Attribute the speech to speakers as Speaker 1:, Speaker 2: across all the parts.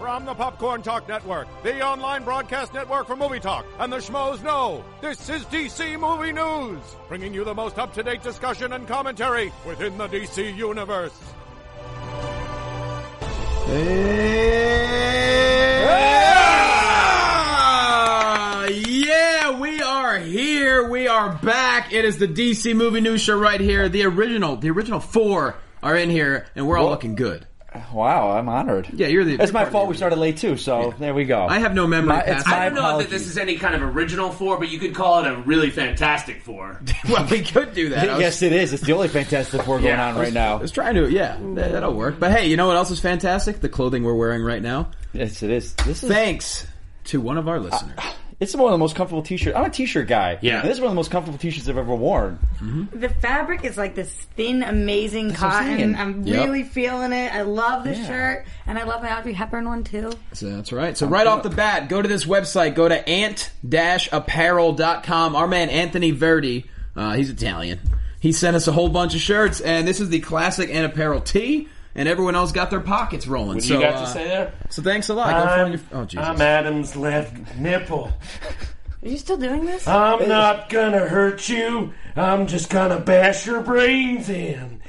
Speaker 1: From the Popcorn Talk Network, the online broadcast network for movie talk, and the schmoes know, this is DC Movie News, bringing you the most up-to-date discussion and commentary within the DC Universe.
Speaker 2: Yeah! Yeah, we are here. We are back. It is the DC Movie News Show right here. The original, the original four are in here, and we're all looking good.
Speaker 3: Wow, I'm honored.
Speaker 2: Yeah, you're the.
Speaker 3: It's my
Speaker 2: you're part
Speaker 3: fault
Speaker 2: of
Speaker 3: we
Speaker 2: the-
Speaker 3: started late too, so there we go.
Speaker 2: I have no memory.
Speaker 3: My- it's
Speaker 2: past-
Speaker 3: my
Speaker 4: I don't know that
Speaker 3: apologies.
Speaker 4: this is any kind of original four, but you could call it a really fantastic four.
Speaker 2: well, we could do that. I was-
Speaker 3: yes, it is. It's the only Fantastic Four going
Speaker 4: Yeah,
Speaker 3: on right now.
Speaker 2: I was trying to, yeah, that, that'll work. But hey, you know what else is fantastic? The clothing we're wearing right now.
Speaker 3: Yes, it is. This is.
Speaker 2: Thanks to one of our listeners.
Speaker 3: It's one of the most comfortable T-shirts. I'm a T-shirt guy.
Speaker 4: Yeah.
Speaker 3: this is one of the most comfortable T-shirts I've ever worn.
Speaker 5: The fabric is like this thin, amazing
Speaker 3: what I'm saying.
Speaker 5: cotton. I'm
Speaker 2: Yep.
Speaker 5: really feeling it. I love this
Speaker 3: Yeah.
Speaker 5: shirt, and I love my Audrey Hepburn one too.
Speaker 2: So that's right. So right off the bat, go to this website. Go to ant-apparel.com. Our man Anthony Verdi, uh, he's Italian. He sent us a whole bunch of shirts, and this is the classic Ant Apparel tee. And everyone else got their pockets rolling. so, uh,
Speaker 6: there?
Speaker 2: so thanks a lot. Go find your- oh Jesus!
Speaker 6: I'm Adam's left nipple.
Speaker 5: Are you still doing this?
Speaker 6: I'm not gonna hurt you.
Speaker 2: Um,
Speaker 6: I'm just gonna bash your brains in.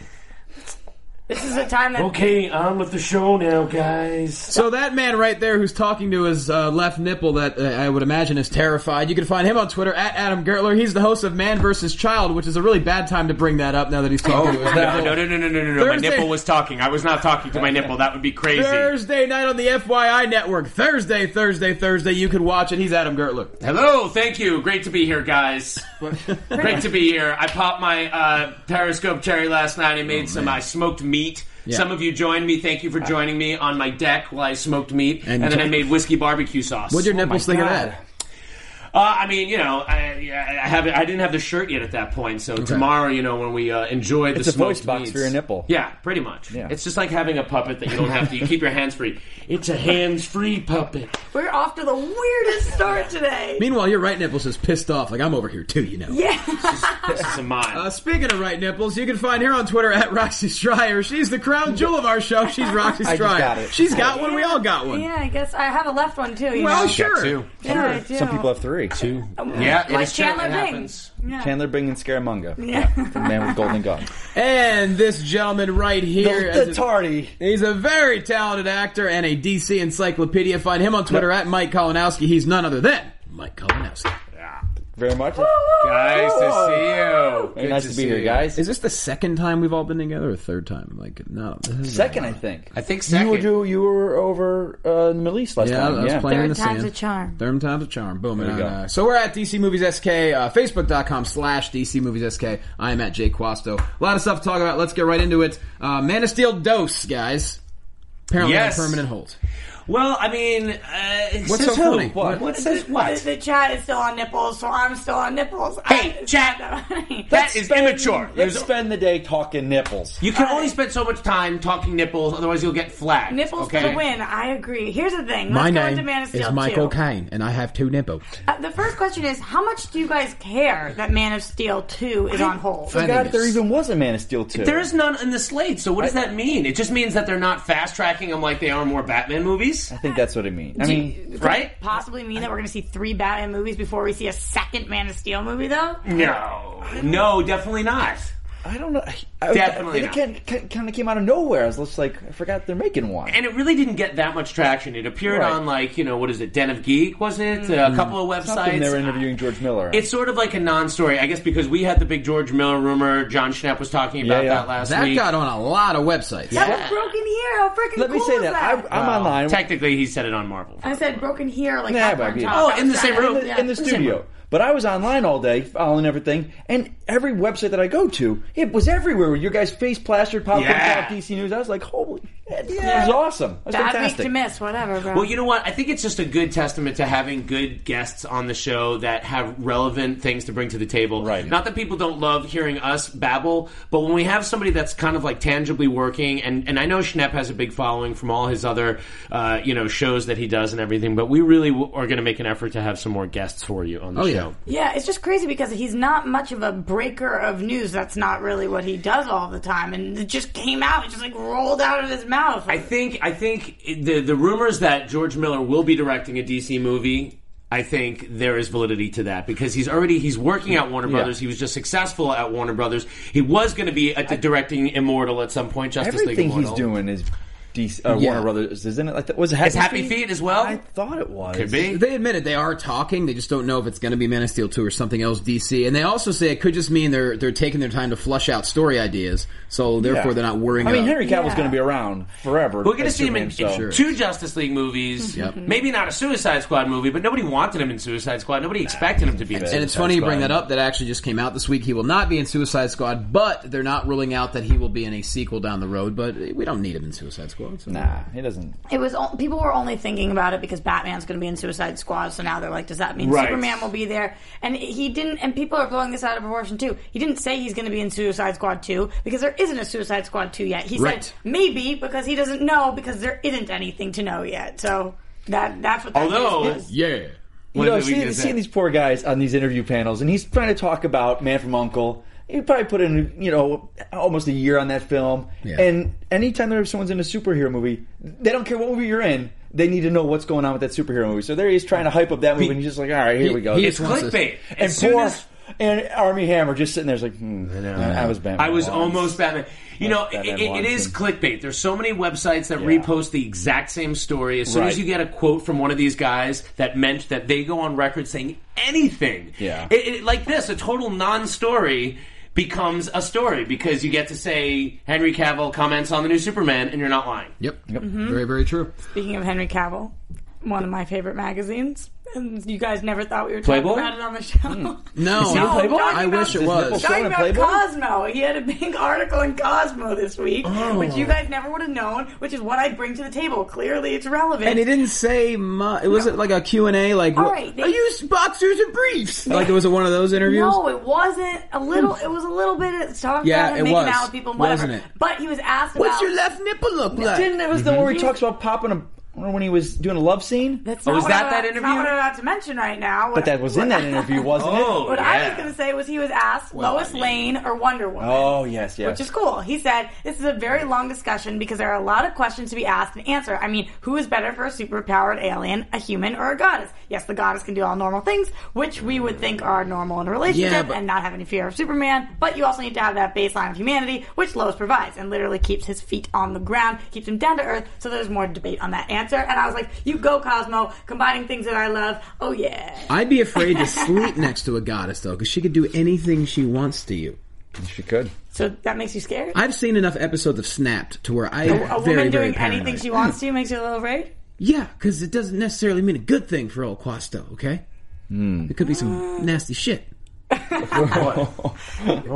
Speaker 5: this is a time that
Speaker 6: Okay, on with the show now, guys.
Speaker 2: So that man right there, who's talking to his uh, left nipple, that uh, I would imagine is terrified. You can find him on Twitter at Adam Gertler. He's the host of Man vs. Child, which is a really bad time to bring that up now that he's talking to his
Speaker 4: Oh, No,
Speaker 2: nipple.
Speaker 4: no, no, no, no, no, no, no. My
Speaker 2: Thursday-
Speaker 4: nipple was talking. I was not talking to my nipple. That would be crazy.
Speaker 2: Thursday night on the FYI Network. Thursday, Thursday, Thursday. You can watch it. He's Adam Gertler.
Speaker 4: Hello, thank you. Great to be here, guys. Great to be here. I popped my uh, Periscope cherry last night. I made some. I smoked
Speaker 2: Oh,
Speaker 4: meat.
Speaker 2: Yeah.
Speaker 4: Some of you joined me. Thank you for joining me on my deck while I smoked meat,
Speaker 2: And
Speaker 4: and, then I
Speaker 2: join-
Speaker 4: made whiskey barbecue sauce.
Speaker 2: What'd your nipples think of
Speaker 3: oh God.
Speaker 2: that?
Speaker 4: Uh, I mean, you know, I, I haven't. I didn't have the shirt yet at that point. So tomorrow, you know, when we uh, enjoy the
Speaker 3: It's a
Speaker 4: smoked
Speaker 3: voice box
Speaker 4: meats-
Speaker 3: for your nipple.
Speaker 4: Yeah, pretty much.
Speaker 3: Yeah.
Speaker 4: It's just like having a puppet that you don't have to. You keep your hands free.
Speaker 6: It's a hands-free puppet.
Speaker 5: we're off to the weirdest start today.
Speaker 2: Meanwhile, your right nipple's just pissed off. Like, I'm over here too, you know.
Speaker 4: This is a mine.
Speaker 2: Uh, speaking of right nipples, you can find her on Twitter at Roxy Stryer. She's the crown jewel of our show. She's Roxy
Speaker 3: I just
Speaker 2: Stryer.
Speaker 3: got it.
Speaker 2: She's got one. We all got one.
Speaker 5: Yeah, I guess I have a left one too. You
Speaker 2: Well,
Speaker 5: know?
Speaker 2: sure.
Speaker 5: yeah, I do.
Speaker 3: Some people have three. Two.
Speaker 4: yeah, it
Speaker 5: Like
Speaker 4: is true. It
Speaker 5: Chandler Bing.
Speaker 4: happens.
Speaker 5: Yeah.
Speaker 3: Chandler Bing and Scaramanga.
Speaker 5: Yeah.
Speaker 3: The man with golden gun.
Speaker 2: And this gentleman right here.
Speaker 3: the,
Speaker 2: as a-
Speaker 3: the tardy.
Speaker 2: He's a very talented actor and a DC encyclopedia. Find him on Twitter at Mike Kalinowski. He's none other than Mike Kalinowski.
Speaker 3: Very much.
Speaker 4: Nice to see you.
Speaker 3: nice to, be here, guys.
Speaker 2: Is this the second time we've all been together, or third time? Like, no, this is
Speaker 3: Second, I think.
Speaker 4: I think
Speaker 3: You
Speaker 4: second.
Speaker 3: were do, you were over uh, in the Middle East last
Speaker 2: Yeah,
Speaker 3: time.
Speaker 2: I was
Speaker 3: yeah.
Speaker 2: playing in
Speaker 5: Third
Speaker 2: the
Speaker 5: time's
Speaker 2: sand.
Speaker 5: a charm.
Speaker 2: Third time's a charm. Boom.
Speaker 3: There
Speaker 2: And,
Speaker 3: you
Speaker 2: uh,
Speaker 3: go.
Speaker 2: so we're at DC Movies SK, uh, Facebook.com slash DC Movies SK. I am at Jay Quasto. A lot of stuff to talk about. Let's get right into it. Uh, Man of Steel dose, guys. Apparently on
Speaker 4: Yes.
Speaker 2: permanent hold.
Speaker 4: Well, I mean, uh,
Speaker 2: What's
Speaker 4: says
Speaker 2: so
Speaker 4: who?
Speaker 2: funny?
Speaker 4: What?
Speaker 2: What?
Speaker 4: what says what?
Speaker 5: The, the chat is still on nipples, so I'm still on nipples.
Speaker 4: Hey,
Speaker 5: I-
Speaker 4: chat. That is immature.
Speaker 3: Let's
Speaker 4: There's-
Speaker 3: spend the day talking nipples.
Speaker 4: You can only spend so much time talking nipples, otherwise you'll get flagged.
Speaker 5: Nipples
Speaker 4: okay?
Speaker 5: for the win. I agree. Here's the thing. Let's
Speaker 2: My
Speaker 5: go into
Speaker 2: name
Speaker 5: Man of Steel
Speaker 2: is Michael
Speaker 5: 2.
Speaker 2: Caine, and I have two nipples.
Speaker 5: Uh, the first question is, how much do you guys care that Man of Steel 2 is on hold?
Speaker 2: I think
Speaker 3: God,
Speaker 2: it's-
Speaker 3: there even was a Man of Steel 2.
Speaker 4: There is none in the slate, so what does that mean? It just means that they're not fast tracking them like they are more Batman movies,
Speaker 3: I think that's what it means. I mean,
Speaker 4: right?
Speaker 5: Possibly mean that we're going to see three Batman movies before we see a second Man of Steel movie, though?
Speaker 4: No, no, definitely not.
Speaker 3: I don't know. I,
Speaker 4: Definitely
Speaker 3: I,
Speaker 4: not.
Speaker 3: it kind of came out of nowhere. I was just like, I forgot they're making one.
Speaker 4: and it really didn't get that much traction. It appeared
Speaker 3: Right. Hmm.
Speaker 4: on like you know what is it, Den of Geek? Was it a couple of
Speaker 3: Something
Speaker 4: websites?
Speaker 3: they were interviewing George Miller.
Speaker 4: It's sort of like a non-story, I guess, because we had the big George Miller rumor. John Schnapp was talking about
Speaker 3: Yeah, yeah.
Speaker 4: that last
Speaker 2: That
Speaker 4: week.
Speaker 2: got on a lot of websites.
Speaker 5: That was broken here. How freaking
Speaker 3: Let
Speaker 5: cool
Speaker 3: me say
Speaker 5: is
Speaker 3: that, I,
Speaker 5: that?
Speaker 3: I'm online.
Speaker 4: Technically, he said it on Marvel.
Speaker 5: I said broken here, like
Speaker 3: Yeah,
Speaker 5: popcorn
Speaker 3: but-
Speaker 5: talk.
Speaker 4: Oh, in the same room.
Speaker 3: in the, in the studio. But I was online all day following everything, and every website that I go to, it was everywhere. With your guys' face plastered, popcorn,
Speaker 4: Yeah.
Speaker 3: Talk, DC News. I was like, holy, it was awesome. That's
Speaker 5: Bad week
Speaker 3: fantastic.
Speaker 5: to miss, whatever, bro.
Speaker 4: Well, you know what? I think it's just a good testament to having good guests on the show that have relevant things to bring to the table.
Speaker 3: Right.
Speaker 4: Not that people don't love hearing us babble, but when we have somebody that's kind of like tangibly working, and, and I know Schnepp has a big following from all his other, uh, you know, shows that he does and everything, but we really w- are going to make an effort to have some more guests for you on the
Speaker 2: Oh, yeah.
Speaker 4: show.
Speaker 5: yeah, it's just crazy because he's not much of a breaker of news. That's not really what he does all the time, and it just came out. It just like rolled out of his mouth.
Speaker 4: I think I think the the rumors that George Miller will be directing a DC movie. I think there is validity to that because he's already he's working at Warner Brothers. He was just successful at Warner Brothers. He was going to be at the, directing Immortal at some point. Justice League
Speaker 3: Everything he's
Speaker 4: Immortal.
Speaker 3: doing is DC, uh, Warner Brothers, isn't it? Like that was it Happy,
Speaker 4: Is Happy Feet as well?
Speaker 3: I thought it was.
Speaker 4: could be.
Speaker 2: They admitted they are talking. They just don't know if it's going to be Man of Steel two or something else DC. And they also say it could just mean they're they're taking their time to flush out story ideas. So
Speaker 3: Yeah.
Speaker 2: therefore, they're not worrying.
Speaker 3: I mean,
Speaker 2: about-
Speaker 3: Henry Cavill's
Speaker 5: Yeah.
Speaker 3: going to be around forever.
Speaker 4: We're going to
Speaker 3: as
Speaker 4: see him in,
Speaker 3: Superman,
Speaker 4: in
Speaker 3: so-
Speaker 4: two Justice League movies.
Speaker 2: Yep.
Speaker 4: Maybe not a Suicide Squad movie, but nobody wanted him in Suicide Squad. Nobody expected him to be. in
Speaker 2: And
Speaker 4: Suicide
Speaker 2: it's funny you bring
Speaker 3: Squad.
Speaker 2: that up. That actually just came out this week. He will not be in Suicide Squad, but they're not ruling out that he will be in a sequel down the road. But we don't need him in Suicide Squad. So.
Speaker 3: Nah, he doesn't.
Speaker 5: it was all, people were only thinking about it because Batman's going to be in Suicide Squad, so now they're like, does that mean
Speaker 4: Right.
Speaker 5: Superman will be there? And he didn't. And people are blowing this out of proportion too. He didn't say he's going to be in Suicide Squad two because there isn't a Suicide Squad two yet. He
Speaker 2: Right.
Speaker 5: said maybe because he doesn't know because there isn't anything to know yet. So that that's what. That
Speaker 4: Although-
Speaker 5: is.
Speaker 2: Yeah.
Speaker 3: you
Speaker 4: What
Speaker 3: know,
Speaker 4: did we
Speaker 3: seeing,
Speaker 4: get
Speaker 3: seeing
Speaker 4: that?
Speaker 3: these poor guys on these interview panels, and he's trying to talk about Man from Uncle. He probably put in, you know, almost a year on that film.
Speaker 2: Yeah.
Speaker 3: And anytime there's someone's in a superhero movie, they don't care what movie you're in. They need to know what's going on with that superhero movie. So there he is trying to hype up that movie, and he's just like, all right, here we go.
Speaker 2: he
Speaker 4: It's
Speaker 2: just wants us-
Speaker 4: clickbait. As
Speaker 3: and
Speaker 4: soon
Speaker 3: poor
Speaker 4: as
Speaker 3: and Army Hammer just sitting there's like, hmm, I, was Batman.
Speaker 4: I was
Speaker 3: once.
Speaker 4: almost Batman. You know,
Speaker 3: That's
Speaker 4: it,
Speaker 3: Batman
Speaker 4: it- it is
Speaker 3: Watson.
Speaker 4: clickbait. There's so many websites that
Speaker 3: Yeah.
Speaker 4: repost the exact same story. As soon as
Speaker 3: Right.
Speaker 4: you get a quote from one of these guys that meant that they go on record saying anything,
Speaker 3: Yeah.
Speaker 4: it, it- like this, a total non-story becomes a story because you get to say Henry Cavill comments on the new Superman, and you're not lying.
Speaker 2: Yep.
Speaker 5: Mm-hmm.
Speaker 2: Very very true.
Speaker 5: Speaking of Henry Cavill, one of my favorite magazines. And you guys never thought we were
Speaker 4: Playboy? Hmm.
Speaker 5: talking about it on the show.
Speaker 2: No.
Speaker 5: No,
Speaker 2: no.
Speaker 5: I'm talking
Speaker 2: I
Speaker 5: about-
Speaker 2: wish it was.
Speaker 5: Talking
Speaker 3: Showing a
Speaker 5: about
Speaker 3: Playboy?
Speaker 5: Cosmo. He had a big article in Cosmo this week,
Speaker 2: Oh.
Speaker 5: which you guys never would have known, which is what I bring to the table. Clearly, it's relevant.
Speaker 2: And he didn't say much. Was it like a Q&A? Like,
Speaker 5: All
Speaker 2: what-
Speaker 5: right, they-
Speaker 2: I used boxers and briefs. Like, it was one of those interviews?
Speaker 5: No, it wasn't. A little. It was a little bit. It's talking
Speaker 2: Hmm. Yeah,
Speaker 5: about him
Speaker 2: it
Speaker 5: making
Speaker 2: was.
Speaker 5: out with people, and whatever.
Speaker 2: Wasn't it?
Speaker 5: But he was asked
Speaker 2: What's
Speaker 5: about.
Speaker 2: your left nipple look like?
Speaker 3: Didn't it was the one
Speaker 4: Mm-hmm.
Speaker 3: where he talks about popping a remember when he was doing a love scene?
Speaker 5: That's
Speaker 4: Oh,
Speaker 5: not
Speaker 4: was
Speaker 5: what
Speaker 4: that
Speaker 5: I'm-
Speaker 4: that
Speaker 5: that's
Speaker 4: interview?
Speaker 5: Not what I'm about to mention right now.
Speaker 3: but that was in that interview, wasn't
Speaker 4: Oh,
Speaker 3: it?
Speaker 5: What I was
Speaker 4: yeah.
Speaker 5: going to say was he was asked Lois Lane or Wonder Woman.
Speaker 3: Oh yes, yes.
Speaker 5: Which is cool. He said, This is a very long discussion because there are a lot of questions to be asked and answered. I mean, who is better for a superpowered alien, a human, or a goddess? Yes, the goddess can do all normal things, which we would think are normal in a relationship
Speaker 2: Yeah, but-
Speaker 5: and not have any fear of Superman, but you also need to have that baseline of humanity, which Lois provides and literally keeps his feet on the ground, keeps him down to earth, so there's more debate on that answer. And I was like, You go, Cosmo, combining things that I love. Oh, yeah.
Speaker 2: I'd be afraid to sleep next to a goddess, though, because she could do anything she wants to you.
Speaker 3: she could.
Speaker 5: So that makes you scared?
Speaker 2: I've seen enough episodes of Snapped to where I
Speaker 5: A
Speaker 2: am very,
Speaker 5: woman
Speaker 2: very
Speaker 5: doing
Speaker 2: paranoid.
Speaker 5: anything she wants to makes you a little afraid?
Speaker 2: Yeah, because it doesn't necessarily mean a good thing for old Quasto, okay? It could be some nasty shit.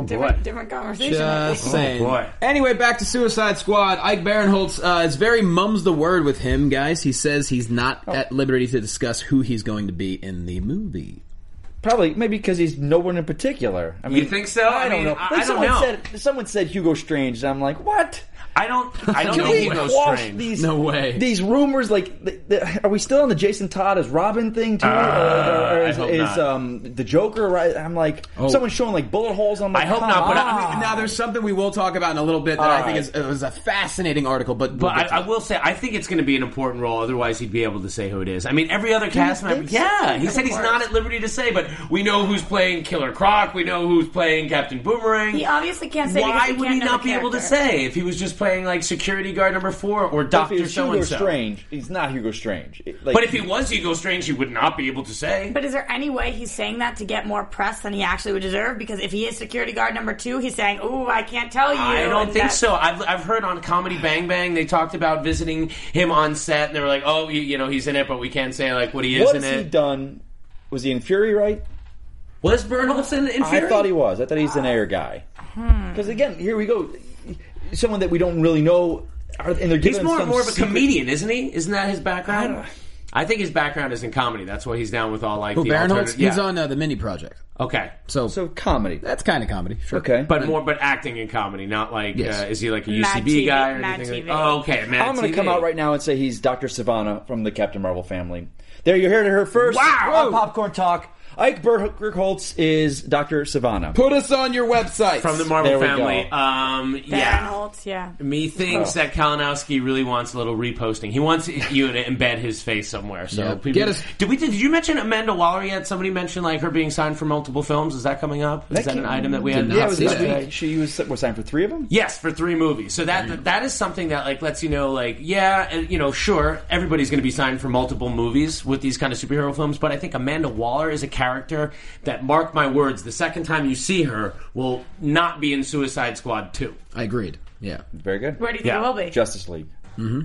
Speaker 5: Different, different conversation.
Speaker 2: Just saying.
Speaker 4: boy.
Speaker 2: Anyway, back to Suicide Squad. Ike Barinholtz uh, is very mums the word with him, guys. He says he's not
Speaker 5: Oh.
Speaker 2: at liberty to discuss who he's going to be in the movie.
Speaker 3: Probably, maybe because he's no one in particular. I mean,
Speaker 4: think so?
Speaker 3: I,
Speaker 4: I
Speaker 3: don't
Speaker 4: mean,
Speaker 3: know.
Speaker 4: I-
Speaker 3: Like
Speaker 4: I don't
Speaker 3: someone
Speaker 4: know.
Speaker 3: said, someone said Hugo Strange, and I'm like, what?
Speaker 4: I don't. I don't
Speaker 3: Can
Speaker 4: think he
Speaker 3: we
Speaker 4: knows
Speaker 3: quash
Speaker 4: Strange.
Speaker 3: These,
Speaker 2: No way.
Speaker 3: These rumors, like, th th are we still on the Jason Todd as Robin thing too? or,
Speaker 4: Uh, I
Speaker 3: is,
Speaker 4: hope
Speaker 3: is,
Speaker 4: not. Oh.
Speaker 3: um the Joker? Right? I'm like, someone's showing like bullet holes. I'm like,
Speaker 4: I hope
Speaker 3: come
Speaker 4: not, but
Speaker 3: on.
Speaker 4: I-
Speaker 2: Now, there's something we will talk about in a little bit that I think is, it was a fascinating article, but, we'll
Speaker 4: But
Speaker 2: get to
Speaker 4: I, I
Speaker 2: it.
Speaker 4: will say, I think it's going to be an important role. Otherwise, he'd be able to say who it is. I mean, every other cast member.
Speaker 3: think so?
Speaker 4: Yeah, he said he's not at liberty to say, but we know who's playing Killer Croc. We know who's playing Captain Boomerang.
Speaker 5: He obviously can't say because
Speaker 4: Why
Speaker 5: he
Speaker 4: would
Speaker 5: can't
Speaker 4: he
Speaker 5: know
Speaker 4: not
Speaker 5: the
Speaker 4: be able to
Speaker 5: character.
Speaker 4: say if he was just playing like security guard number four or
Speaker 3: If
Speaker 4: Doctor
Speaker 3: it's
Speaker 4: So
Speaker 3: Hugo
Speaker 4: and So?
Speaker 3: Strange, he's not Hugo Strange. It- like-
Speaker 4: But if he was Hugo Strange, he would not be able to say.
Speaker 5: But is there any way he's saying that to get more press than he actually would deserve? Because if he is security guard number two, he's saying, "Ooh, I can't tell you."
Speaker 4: I don't
Speaker 5: and
Speaker 4: think
Speaker 5: that's-
Speaker 4: so. I've, I've heard on Comedy Bang Bang they talked about visiting him on set, and they were like, "Oh, you, you know, he's in it, but we can't say like what he is
Speaker 3: what
Speaker 4: in
Speaker 3: has
Speaker 4: it."
Speaker 3: he done? Was he in Fury? Right?
Speaker 4: Was Bern Olsen in Fury? Hmm.
Speaker 3: I thought he was. I thought he's an air guy. Because again, here we go. Someone that we don't really know, are- and they're giving
Speaker 4: He's
Speaker 3: him
Speaker 4: more
Speaker 3: some
Speaker 4: more of a
Speaker 3: secret-
Speaker 4: comedian, isn't he? Isn't that his background? I, think his background is in comedy. That's why he's down with all like
Speaker 2: Who,
Speaker 4: the
Speaker 2: Barinholtz?
Speaker 4: alternative- Yeah.
Speaker 2: He's on uh, the mini project.
Speaker 4: okay,
Speaker 2: So,
Speaker 3: So comedy.
Speaker 2: that's kind of comedy. Sure.
Speaker 3: Okay.
Speaker 4: but more but acting in comedy, not like
Speaker 2: Yes.
Speaker 4: uh, is he like a
Speaker 5: Mad
Speaker 4: UCB
Speaker 5: TV,
Speaker 4: guy or
Speaker 5: Mad
Speaker 4: anything?
Speaker 5: TV.
Speaker 4: Like, oh, okay, Mad
Speaker 3: I'm going
Speaker 4: TV.
Speaker 3: to come out right now and say he's Dr. Savannah from the Captain Marvel family. There, you heard it her first.
Speaker 4: Wow.
Speaker 3: On Popcorn Talk. Ike Burkholtz is Dr. Savannah.
Speaker 2: Put us on your website.
Speaker 4: from the Marvel
Speaker 3: There we
Speaker 4: family.
Speaker 3: go.
Speaker 4: Um,
Speaker 5: Darren
Speaker 4: yeah.
Speaker 5: Holtz, yeah.
Speaker 4: Me thinks
Speaker 5: Oh.
Speaker 4: that Kalinowski really wants a little reposting. He wants you to embed his face somewhere. So
Speaker 2: Yeah.
Speaker 4: people,
Speaker 2: Get us-
Speaker 4: did we? Did you mention Amanda Waller yet? Somebody mentioned like her being signed for multiple films. Is that coming up? Is that, an
Speaker 3: came-
Speaker 4: item that we had? in the
Speaker 3: Yeah,
Speaker 4: hot
Speaker 3: it was
Speaker 4: seat
Speaker 3: this
Speaker 4: today?
Speaker 3: week. She was, was signed for three of them?
Speaker 4: Yes, for three movies. So that that is something that like lets you know like yeah, and, you know, sure, everybody's going to be signed for multiple movies with these kind of superhero films, but I think Amanda Waller is a character that mark my words, the second time you see her will not be in Suicide Squad 2.
Speaker 2: I agreed. Yeah.
Speaker 3: Very good.
Speaker 5: Where do you think
Speaker 4: Yeah.
Speaker 5: it will be?
Speaker 3: Justice League.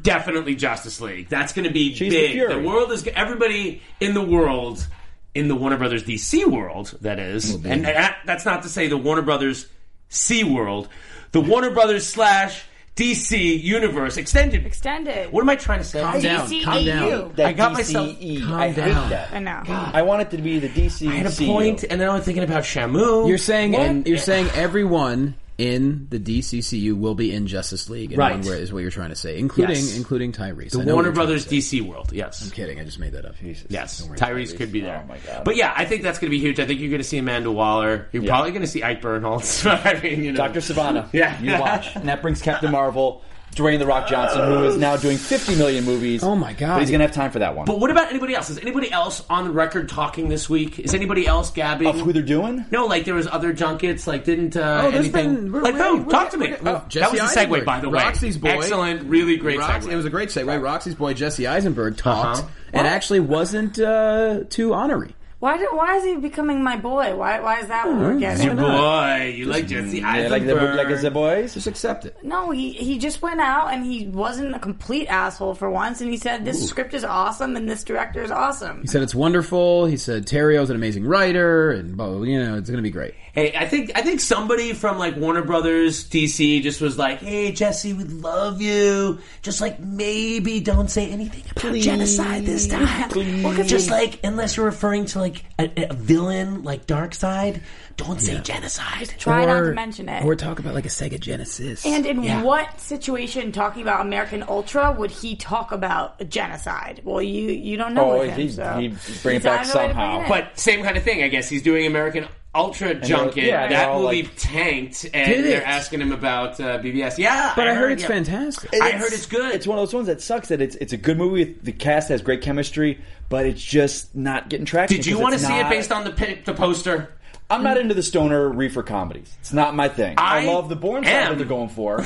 Speaker 4: Definitely Justice League. That's going to be
Speaker 3: She's the
Speaker 4: big.
Speaker 3: Fury.
Speaker 4: world is everybody in the world in the Warner Brothers DC world that is. and that, that's not to say the Warner Brothers C world, the Warner Brothers slash DC universe extended
Speaker 5: Extended.
Speaker 4: What am I trying to say?
Speaker 2: Calm down. Calm down.
Speaker 5: DCEU.
Speaker 3: That
Speaker 4: I got myself-
Speaker 3: DCE.
Speaker 2: Calm
Speaker 3: E. I hate
Speaker 2: down.
Speaker 3: that.
Speaker 5: E I know.
Speaker 3: I want it to be the E DC.
Speaker 4: I had a point, and then I'm thinking about Shamu.
Speaker 2: E You're saying
Speaker 4: What?
Speaker 2: and you're saying everyone in the DCCU will be in Justice League in
Speaker 4: Right.
Speaker 2: one way is what you're trying to say, including
Speaker 4: Yes.
Speaker 2: including Tyrese.
Speaker 4: the
Speaker 2: I know
Speaker 4: Warner
Speaker 2: what you're
Speaker 4: Brothers
Speaker 2: trying to say.
Speaker 4: DC world. Yes.
Speaker 2: I'm kidding. I just made that up.
Speaker 4: Yes,
Speaker 2: Don't worry about
Speaker 4: Tyrese could be there.
Speaker 3: Oh, my God.
Speaker 4: But yeah, I think that's going to be huge. I think you're going to see Amanda Waller. You're probably going to see Ike Bernholtz. I mean, you know,
Speaker 3: Dr. Savannah.
Speaker 4: Yeah.
Speaker 3: You watch. And that brings Captain Marvel, Dwayne The Rock Johnson, who is now doing 50 million movies.
Speaker 2: Oh, my God.
Speaker 3: But he's going to have time for that one.
Speaker 4: But what about anybody else? Is anybody else on the record talking this week? Is anybody else gabbing?
Speaker 3: of who they're doing?
Speaker 4: no, like there was other junkets. Like didn't uh,
Speaker 2: Oh, there's
Speaker 4: anything?
Speaker 2: been we're-
Speaker 4: like
Speaker 2: we're-
Speaker 4: no,
Speaker 2: we're-
Speaker 4: talk to me.
Speaker 2: we're-
Speaker 4: Oh,
Speaker 2: oh, Jesse
Speaker 4: that was a segue,
Speaker 2: Eisenberg,
Speaker 4: by the way.
Speaker 2: Roxy's boy.
Speaker 4: excellent, really great
Speaker 2: Rox-
Speaker 4: segue.
Speaker 2: It was a great segue. Roxy's boy Jesse Eisenberg talked
Speaker 4: Uh-huh.
Speaker 2: and actually wasn't uh, too honorary.
Speaker 5: Why, do, why is he becoming my boy? Why, why is that what we're
Speaker 4: Your
Speaker 5: getting?
Speaker 4: boy, you like Jesse
Speaker 3: Yeah, like
Speaker 4: Eisenberg?
Speaker 3: the like is the boys.
Speaker 2: Just accept it.
Speaker 5: No, he, he just went out and he wasn't a complete asshole for once, and he said, This script is awesome and this director is awesome.
Speaker 2: He said it's wonderful. He said Terrio's an amazing writer, and blah, you know it's going to be great.
Speaker 4: Hey, I think I think somebody from like Warner Brothers DC just was like, "Hey, Jesse, we love you. Just like maybe don't say anything about genocide this time. Well, 'cause Just like unless you're referring to like a, a villain like Darkseid, don't say genocide."
Speaker 5: Try not to mention it.
Speaker 2: Or talk about like a Sega Genesis.
Speaker 5: And in
Speaker 4: Yeah.
Speaker 5: what situation talking about American Ultra would he talk about genocide? Well, you you don't know.
Speaker 3: Oh,
Speaker 5: with him,
Speaker 3: he-
Speaker 5: so.
Speaker 3: he'd bring it back
Speaker 5: found a way
Speaker 3: somehow.
Speaker 5: to bring it in.
Speaker 4: But same kind of thing, I guess. He's doing American Ultra Junket.
Speaker 3: yeah, they're
Speaker 4: that
Speaker 3: all,
Speaker 4: movie
Speaker 3: like-
Speaker 4: tanked,
Speaker 2: Did
Speaker 4: and they're
Speaker 2: it?
Speaker 4: asking him about uh, BBS. Yeah,
Speaker 2: but I heard it's
Speaker 4: yeah.
Speaker 2: fantastic.
Speaker 4: I heard it's good.
Speaker 3: It's one of those ones that sucks that it's it's a good movie. The cast has great chemistry, but it's just not getting traction.
Speaker 4: Did you
Speaker 3: 'cause
Speaker 4: want to
Speaker 3: it's
Speaker 4: see it
Speaker 3: not-
Speaker 4: based on the pi- the poster?
Speaker 3: I'm not into the stoner reefer comedies. It's not my thing. I,
Speaker 4: I
Speaker 3: love the Bourne side
Speaker 4: am.
Speaker 3: that they're going for,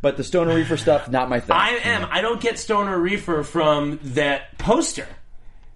Speaker 3: but the stoner reefer stuff not my thing.
Speaker 4: I am. I don't get Stoner Reefer from that poster.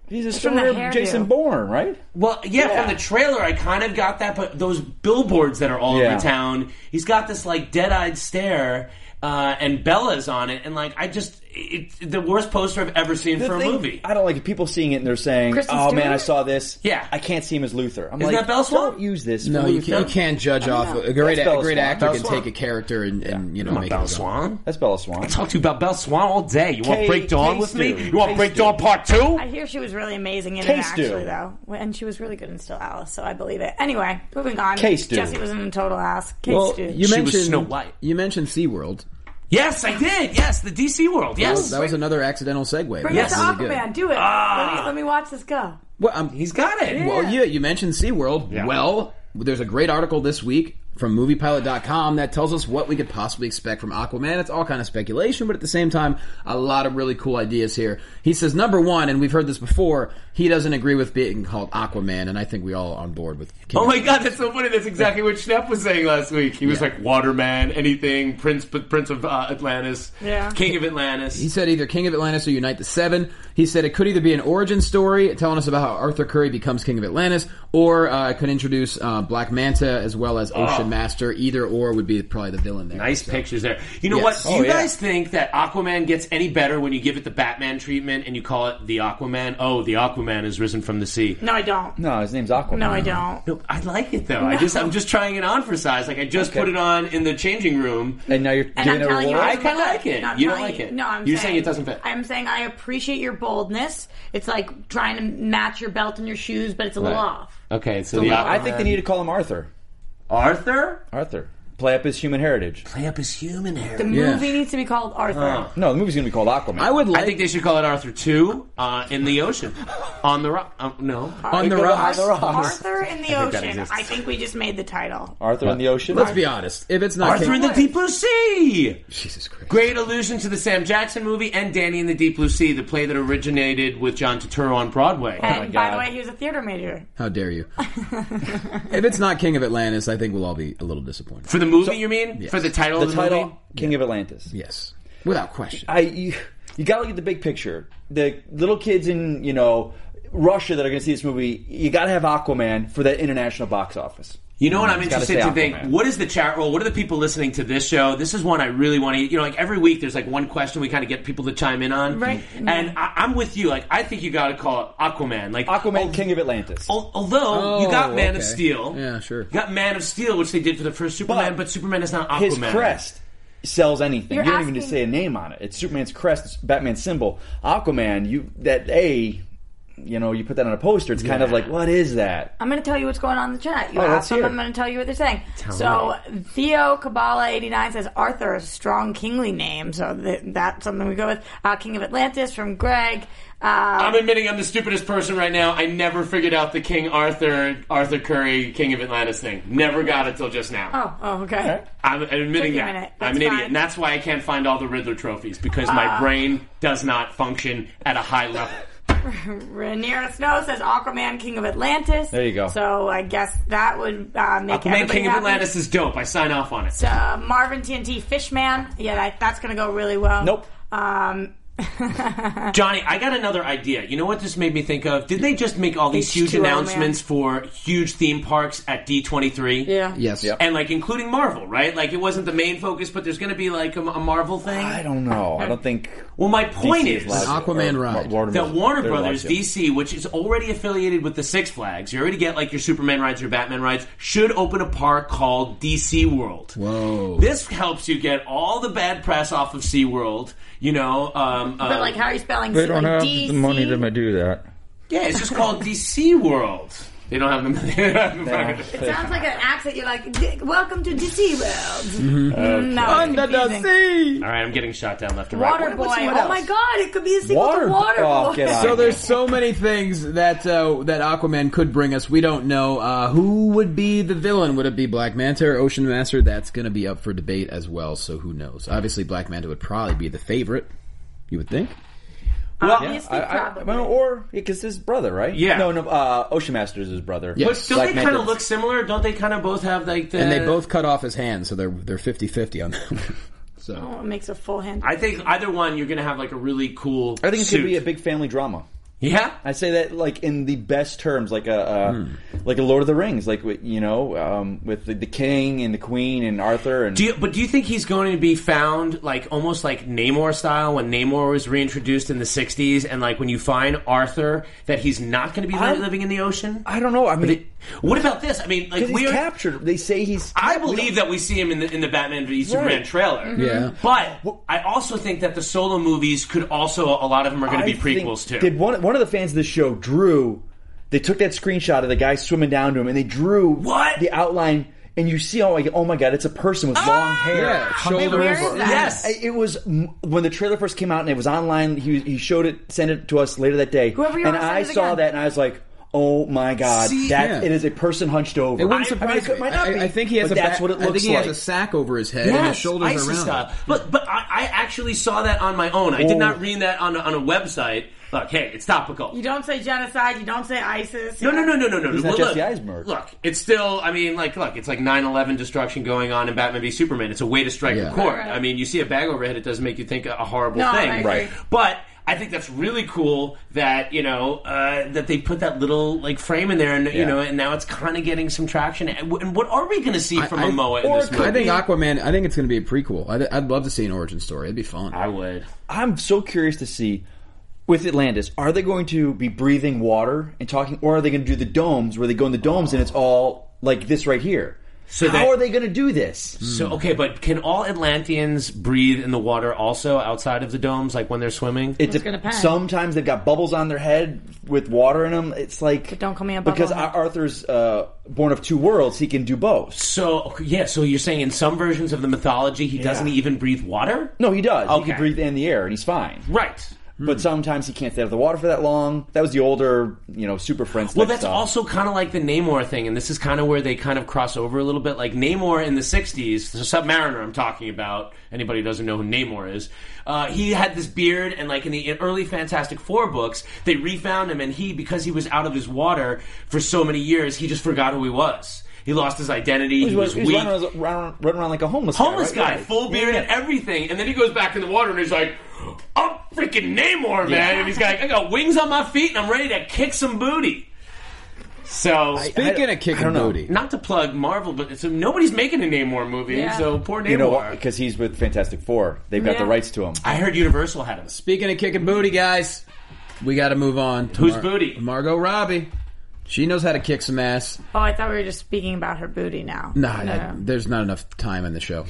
Speaker 3: He's a
Speaker 5: from the
Speaker 3: stoner
Speaker 5: hairdo.
Speaker 3: Jason Bourne, right?
Speaker 4: Well, yeah, from the trailer, I kind of got that, but those billboards that are all
Speaker 3: Yeah.
Speaker 4: over town, he's got this like dead-eyed stare, uh, and Bella's on it, and like I just, it's the worst poster I've ever seen
Speaker 3: The
Speaker 4: for
Speaker 3: thing-
Speaker 4: a movie.
Speaker 3: I don't like people seeing it and they're saying,
Speaker 5: Kristen
Speaker 3: "Oh man,
Speaker 5: Stewart?
Speaker 3: I saw this.
Speaker 4: Yeah.
Speaker 3: I can't see him as Luther." I'm
Speaker 4: Isn't
Speaker 3: like,
Speaker 4: that Bella Swan?
Speaker 3: "Don't use this."
Speaker 2: No,
Speaker 3: for
Speaker 2: you
Speaker 3: Luther."
Speaker 2: can't, you can't judge off a great
Speaker 3: That's Bella
Speaker 2: a great
Speaker 3: Swan.
Speaker 2: actor
Speaker 3: Bella
Speaker 2: can
Speaker 4: Swan.
Speaker 2: take a character and, and you know
Speaker 4: Come on,
Speaker 2: make
Speaker 4: Bella
Speaker 2: it his own.
Speaker 4: Swan.
Speaker 3: That's Bella Swan.
Speaker 4: Talk to you about Bell Swan all day. You want
Speaker 3: Taste-
Speaker 4: Break Dawn with
Speaker 3: taste
Speaker 4: me?
Speaker 3: do.
Speaker 4: You want
Speaker 3: Taste
Speaker 4: Break
Speaker 3: do.
Speaker 4: Dawn Part Two?
Speaker 5: I hear she was really amazing in
Speaker 3: Case
Speaker 5: it,
Speaker 3: do.
Speaker 5: actually, though, and she was really good in Still Alice, so I believe it. Anyway, moving on.
Speaker 3: Case do.
Speaker 5: Jesse was in a total ass. Case
Speaker 2: Well,
Speaker 5: do.
Speaker 2: you
Speaker 4: She was
Speaker 2: mentioned
Speaker 4: Snow White.
Speaker 2: You mentioned SeaWorld.
Speaker 4: Yes, I did. Yes, the DC world. Yes.
Speaker 2: That was another accidental segue.
Speaker 5: Bring
Speaker 4: Yes.
Speaker 5: it to
Speaker 4: Really
Speaker 2: good.
Speaker 5: Aquaman. Do it.
Speaker 3: Ah.
Speaker 5: let, me, let me watch this go.
Speaker 2: Well, um,
Speaker 4: He's got it.
Speaker 2: well, yeah, you mentioned SeaWorld. Well, there's a great article this week from moviepilot.com that tells us what we could possibly expect from Aquaman. It's all kind of speculation, but at the same time, a lot of really cool ideas here. He says, number one, and we've heard this before, he doesn't agree with being called Aquaman, and I think we all are on board with King
Speaker 4: Oh my god, that's so funny. That's exactly what Schnepp was saying last week. He was like Waterman, anything, Prince Prince of uh, Atlantis,
Speaker 5: Yeah.
Speaker 4: King of Atlantis.
Speaker 2: He said either King of Atlantis or Unite the Seven. He said it could either be an origin story telling us about how Arthur Curry becomes King of Atlantis, or uh, it could introduce uh, Black Manta as well as Ocean Master. Either or would be probably the villain there.
Speaker 4: Oh. Nice pictures there. You know
Speaker 2: Yes.
Speaker 4: what? Do you guys think that Aquaman gets any better when you give it the Batman treatment and you call it the Aquaman? Oh, the Aquaman is risen from the sea.
Speaker 5: No, I don't. No,
Speaker 3: No, his name's Aquaman.
Speaker 5: I don't.
Speaker 4: No, I like it though. I just I'm just trying it on for size. Like I just
Speaker 3: Okay.
Speaker 4: put it on in the changing room.
Speaker 3: And now you're
Speaker 5: And
Speaker 3: giving
Speaker 5: I'm
Speaker 3: it
Speaker 5: telling
Speaker 3: a
Speaker 5: you,
Speaker 3: reward?
Speaker 4: I kinda like it.
Speaker 5: No, I'm
Speaker 4: You don't
Speaker 5: telling
Speaker 4: like it.
Speaker 5: No, I'm
Speaker 4: You're
Speaker 5: saying,
Speaker 4: saying it doesn't fit.
Speaker 5: I'm saying I appreciate your boldness. It's like trying to match your belt and your shoes, but it's a little off.
Speaker 4: Okay, so the
Speaker 3: I
Speaker 4: Aquaman.
Speaker 3: think they need to call him Arthur.
Speaker 4: Arthur
Speaker 3: Arthur. Play up his human heritage.
Speaker 4: play up his human hair.
Speaker 5: The movie needs to be called Arthur.
Speaker 3: No, the movie's going to be called Aquaman.
Speaker 2: I would like
Speaker 4: I think they should call it Arthur Two uh, in the ocean, on the rock. Um, no,
Speaker 2: on the rocks.
Speaker 5: Arthur in the
Speaker 4: that
Speaker 5: ocean.
Speaker 4: exists. Oh
Speaker 5: I think we just made the title.
Speaker 3: Arthur in the ocean.
Speaker 2: Let's be honest. If it's not
Speaker 4: Arthur
Speaker 2: King-
Speaker 4: in the Deep Blue Sea.
Speaker 2: Jesus Christ.
Speaker 4: Great allusion to the Sam Jackson movie and Danny in the Deep Blue Sea, the play that originated with John Turturro on Broadway. Oh my
Speaker 5: And by
Speaker 4: God.
Speaker 5: the way, he was a theater major.
Speaker 2: How dare you? if it's not King of Atlantis, I think we'll all be a little disappointed.
Speaker 4: for the movie, you mean? For the title
Speaker 3: the
Speaker 4: of the
Speaker 3: title
Speaker 4: movie?
Speaker 3: King of Atlantis.
Speaker 2: Yes, without question.
Speaker 3: I you, you got to look at the big picture. The little kids in you know Russia that are going to see this movie, you got to have Aquaman for that international box office.
Speaker 4: You know what I'm
Speaker 3: Mm, It's gotta
Speaker 4: interested to
Speaker 3: stay
Speaker 4: think?
Speaker 3: Aquaman.
Speaker 4: What is the chat roll? What are the people listening to this show? This is one I really want to. You know, like every week, there's like one question we kind of get people to chime in on. Mm-hmm.
Speaker 5: Right.
Speaker 4: And I, I'm with you. Like, I think you got to call it Aquaman. Like
Speaker 3: Aquaman, King of Atlantis.
Speaker 4: Al- Although you got
Speaker 2: Oh,
Speaker 4: Man
Speaker 2: okay.
Speaker 4: of Steel,
Speaker 2: Yeah, sure.
Speaker 4: you got Man of Steel, which they did for the first Superman, but,
Speaker 3: But
Speaker 4: Superman is not Aquaman.
Speaker 3: His crest sells anything.
Speaker 5: You're
Speaker 3: you don't even need to
Speaker 5: asking-
Speaker 3: say a name on it. It's Superman's crest, it's Batman's symbol. Aquaman, you that a, you know, you put that on a poster. It's kind of like what is that?
Speaker 5: I'm going to tell you what's going on in the chat. You
Speaker 3: Oh, let's
Speaker 5: asked them.
Speaker 3: hear.
Speaker 5: I'm going to tell you what they're saying. so Theo Kabbalah 89 says Arthur is a strong kingly name, so th- that's something we go with. Uh, King of Atlantis from Greg. Uh,
Speaker 4: I'm admitting I'm the stupidest person right now. I never figured out the King Arthur, Arthur Curry, King of Atlantis thing. Never got it till just now.
Speaker 5: oh, oh, okay.
Speaker 4: I'm admitting
Speaker 5: Took you a
Speaker 4: that.
Speaker 5: minute.
Speaker 4: I'm an
Speaker 5: That's
Speaker 4: idiot.
Speaker 5: fine. Ah.
Speaker 4: And that's why I can't find all the Riddler trophies, because my brain does not function at a high level.
Speaker 5: Rhaenyra Snow says Aquaman, King of Atlantis. There
Speaker 3: you go.
Speaker 5: So I guess that would uh, make
Speaker 4: Man,
Speaker 5: everybody
Speaker 4: King of
Speaker 5: happy.
Speaker 4: Atlantis is dope. I sign off on it.
Speaker 5: Uh, Marvin TNT Fishman. Yeah, that, that's going to go really well.
Speaker 3: Nope.
Speaker 5: Um,
Speaker 4: Johnny, I got another idea. You know what this made me think of? Did they just make all these
Speaker 5: H2O,
Speaker 4: huge
Speaker 5: man.
Speaker 4: announcements for huge theme parks at D23?
Speaker 5: yeah.
Speaker 2: yes.
Speaker 4: and like including Marvel, right? Like it wasn't the main focus, but there's going to be like a, a Marvel thing.
Speaker 3: I don't know. I don't think.
Speaker 4: Well, my point
Speaker 3: DC
Speaker 4: is
Speaker 3: allows it,
Speaker 2: Aquaman
Speaker 3: or
Speaker 2: ride.
Speaker 3: Warner
Speaker 4: that
Speaker 3: Bros.
Speaker 4: Warner
Speaker 3: They're
Speaker 4: Brothers
Speaker 3: allowed to.
Speaker 4: DC, which is already affiliated with the Six Flags, you already get like your Superman rides, your Batman rides, should open a park called DC World.
Speaker 2: Whoa.
Speaker 4: This helps you get all the bad press off of SeaWorld, you know. Um, uh,
Speaker 5: But like, how are you spelling?
Speaker 3: They don't
Speaker 5: like,
Speaker 3: have
Speaker 5: DC?
Speaker 3: the money to do that.
Speaker 4: yeah, it's just called DC World. They don't have them. They don't have them
Speaker 5: It sounds like an accent. You're like, "D- welcome to DC World.
Speaker 3: Mm-hmm.
Speaker 5: Mm, No,
Speaker 2: Under the sea.
Speaker 4: All right, I'm getting shot down left and right.
Speaker 5: Water Boy.
Speaker 3: what's- what
Speaker 5: Oh
Speaker 3: else?
Speaker 5: my God! It could be a sequel
Speaker 3: Water-
Speaker 5: to Water
Speaker 3: oh,
Speaker 5: Boy.
Speaker 3: get out.
Speaker 2: So there's so many things that uh, that Aquaman could bring us. We don't know uh, who would be the villain. Would it be Black Manta or Ocean Master? That's going to be up for debate as well. So who knows? Obviously, Black Manta would probably be the favorite. You would think.
Speaker 5: Obviously,
Speaker 3: I, I,
Speaker 5: probably.
Speaker 3: well, oh. or because his brother, right?
Speaker 4: Yeah.
Speaker 3: No, no. Uh, Ocean Master is his brother.
Speaker 4: But
Speaker 2: Yes.
Speaker 4: don't
Speaker 3: Black
Speaker 4: they kind of
Speaker 3: Manta.
Speaker 4: look similar? Don't they kind of both have like the?
Speaker 2: And they both cut off his hand, so they're they're 50-50 on that. one. so
Speaker 5: Oh, it makes a full hand.
Speaker 4: I think either one, you're going to have like a really cool.
Speaker 3: I think it's
Speaker 4: suit.
Speaker 3: gonna be a big family drama.
Speaker 4: yeah.
Speaker 3: I say that like in the best terms, like a uh,
Speaker 4: Hmm.
Speaker 3: like a Lord of the Rings, like with, you know, um, with the, the king and the queen and Arthur and
Speaker 4: Do you, but do you think he's going to be found like almost like Namor style when Namor was reintroduced in the '60s, and like when you find Arthur, that he's not going to be li-
Speaker 3: I'm-
Speaker 4: living in the ocean?
Speaker 3: I don't know. I
Speaker 4: But
Speaker 3: mean,
Speaker 4: it- what about this? I mean, like
Speaker 3: because
Speaker 4: we
Speaker 3: he's
Speaker 4: are.
Speaker 3: captured. They say he's.
Speaker 4: I
Speaker 3: we
Speaker 4: believe
Speaker 3: don't-
Speaker 4: that we see him in the in the Batman v Superman
Speaker 3: Right. Mm-hmm.
Speaker 4: trailer.
Speaker 2: Yeah.
Speaker 4: But I also think that the solo movies could also a lot of them are going to
Speaker 3: I
Speaker 4: be prequels
Speaker 3: think-
Speaker 4: too.
Speaker 3: Did one one of the fans of this show drew? They took that screenshot of the guy swimming down to him, and they drew
Speaker 4: What?
Speaker 3: the outline and you see, oh, like, oh my god, it's a person with
Speaker 4: Ah!
Speaker 3: long hair.
Speaker 2: Yeah,
Speaker 3: coming
Speaker 2: shoulders. Wait, where
Speaker 5: is that?
Speaker 3: Yes, I- it was m- when the trailer first came out and it was online. He he showed it, sent it to us later that day.
Speaker 5: Whoever you
Speaker 3: and
Speaker 5: are, send
Speaker 3: I
Speaker 5: it
Speaker 3: saw
Speaker 5: again.
Speaker 3: that and I was like. Oh my God!
Speaker 2: See,
Speaker 3: that
Speaker 2: yeah.
Speaker 3: it is a person hunched over.
Speaker 2: It wouldn't
Speaker 3: I- I, mean,
Speaker 2: surprise
Speaker 3: it could-
Speaker 2: me.
Speaker 3: might not
Speaker 2: I,
Speaker 3: be,
Speaker 2: I think he has
Speaker 3: but
Speaker 2: a
Speaker 3: that's
Speaker 2: back-
Speaker 3: what it looks
Speaker 2: I think he
Speaker 3: like.
Speaker 2: has a sack over his head and his
Speaker 3: Yes,
Speaker 2: shoulders
Speaker 4: ISIS
Speaker 2: are round.
Speaker 4: style. But but I, I actually saw that on my own. I
Speaker 3: Oh.
Speaker 4: did not read that on a, on a website. Look, hey, it's topical.
Speaker 5: You don't say genocide. You don't say ISIS.
Speaker 4: No, no, no, no, no, no.
Speaker 3: He's
Speaker 4: Well,
Speaker 3: not
Speaker 4: look,
Speaker 3: Jesse Eisenberg.
Speaker 4: Look, it's still. I mean, like, look, it's like 9-11 destruction going on in Batman v Superman. It's a way to strike
Speaker 2: Yeah.
Speaker 4: a chord.
Speaker 5: Right.
Speaker 4: I mean, you see a bag overhead, it does make you think a, a horrible
Speaker 5: No, I
Speaker 4: thing,
Speaker 5: agree. Right.
Speaker 4: But I think that's really cool that you know uh, that they put that little like frame in there, and you
Speaker 3: Yeah.
Speaker 4: know, and now it's kind of getting some traction. And w- and what are we going to see from
Speaker 2: I-
Speaker 4: Momoa in
Speaker 3: or
Speaker 4: this
Speaker 3: it could
Speaker 4: movie?
Speaker 2: I think Aquaman. I think it's going to be a prequel. I'd, I'd love to see an origin story. It'd be fun.
Speaker 4: I would.
Speaker 3: I'm so curious to see with Atlantis, are they going to be breathing water and talking, or are they going to do the domes where they go in the domes and it's all like this right here?
Speaker 4: So
Speaker 3: So how
Speaker 4: they-
Speaker 3: are they going to do this?
Speaker 4: So okay, but can all Atlanteans breathe in the water also outside of the domes, like when they're swimming?
Speaker 3: It's
Speaker 5: gonna
Speaker 3: a,
Speaker 5: pass.
Speaker 3: sometimes they've got bubbles on their head with water in them. It's like
Speaker 5: But don't call me a
Speaker 3: because
Speaker 5: bubblehead.
Speaker 3: Ar- Arthur's uh, born of two worlds. He can do both.
Speaker 4: So okay, yeah, so you're saying in some versions of the mythology he doesn't even breathe water?
Speaker 3: No, he does. He
Speaker 4: Okay. Hmm.
Speaker 3: can breathe in the air and he's fine.
Speaker 4: Right.
Speaker 3: But sometimes he can't stay out of the water for that long. That was the older, you know, super friends.
Speaker 4: Well,
Speaker 3: type
Speaker 4: that's
Speaker 3: stuff.
Speaker 4: also kind of like the Namor thing, and this is kind of where they kind of cross over a little bit. Like Namor in the '60s, the Submariner I'm talking about. Anybody who doesn't know who Namor is? Uh, he had this beard, and like in the early Fantastic Four books, they refound him, and he because he was out of his water for so many years, he just forgot who he was. He lost his identity. He,
Speaker 3: He was,
Speaker 4: was,
Speaker 3: he was
Speaker 4: weak.
Speaker 3: running, around, running- running around like a homeless
Speaker 4: homeless
Speaker 3: guy, right?
Speaker 4: guy,
Speaker 3: Yeah.
Speaker 4: full beard
Speaker 3: Yeah.
Speaker 4: and everything, and then he goes back in the water and he's like, "I'm freaking Namor, man!" And he's like, "I got wings on my feet and I'm ready to kick some booty." So,
Speaker 2: Speaking of
Speaker 3: I
Speaker 2: kicking
Speaker 3: don't know.
Speaker 2: booty,
Speaker 4: not to plug Marvel, but so nobody's making a Namor movie,
Speaker 5: Yeah.
Speaker 4: so poor Namor.
Speaker 3: You know what? Because he's with Fantastic Four. They've got the
Speaker 5: Yeah.
Speaker 3: rights to him.
Speaker 4: I heard Universal had him.
Speaker 2: speaking of kicking booty, guys, we got to move on. To
Speaker 4: Who's booty?
Speaker 2: Margot Robbie. She knows how to kick some ass.
Speaker 5: Oh, I thought we were just speaking about her booty now.
Speaker 2: Nah, I- there's not enough time in the show.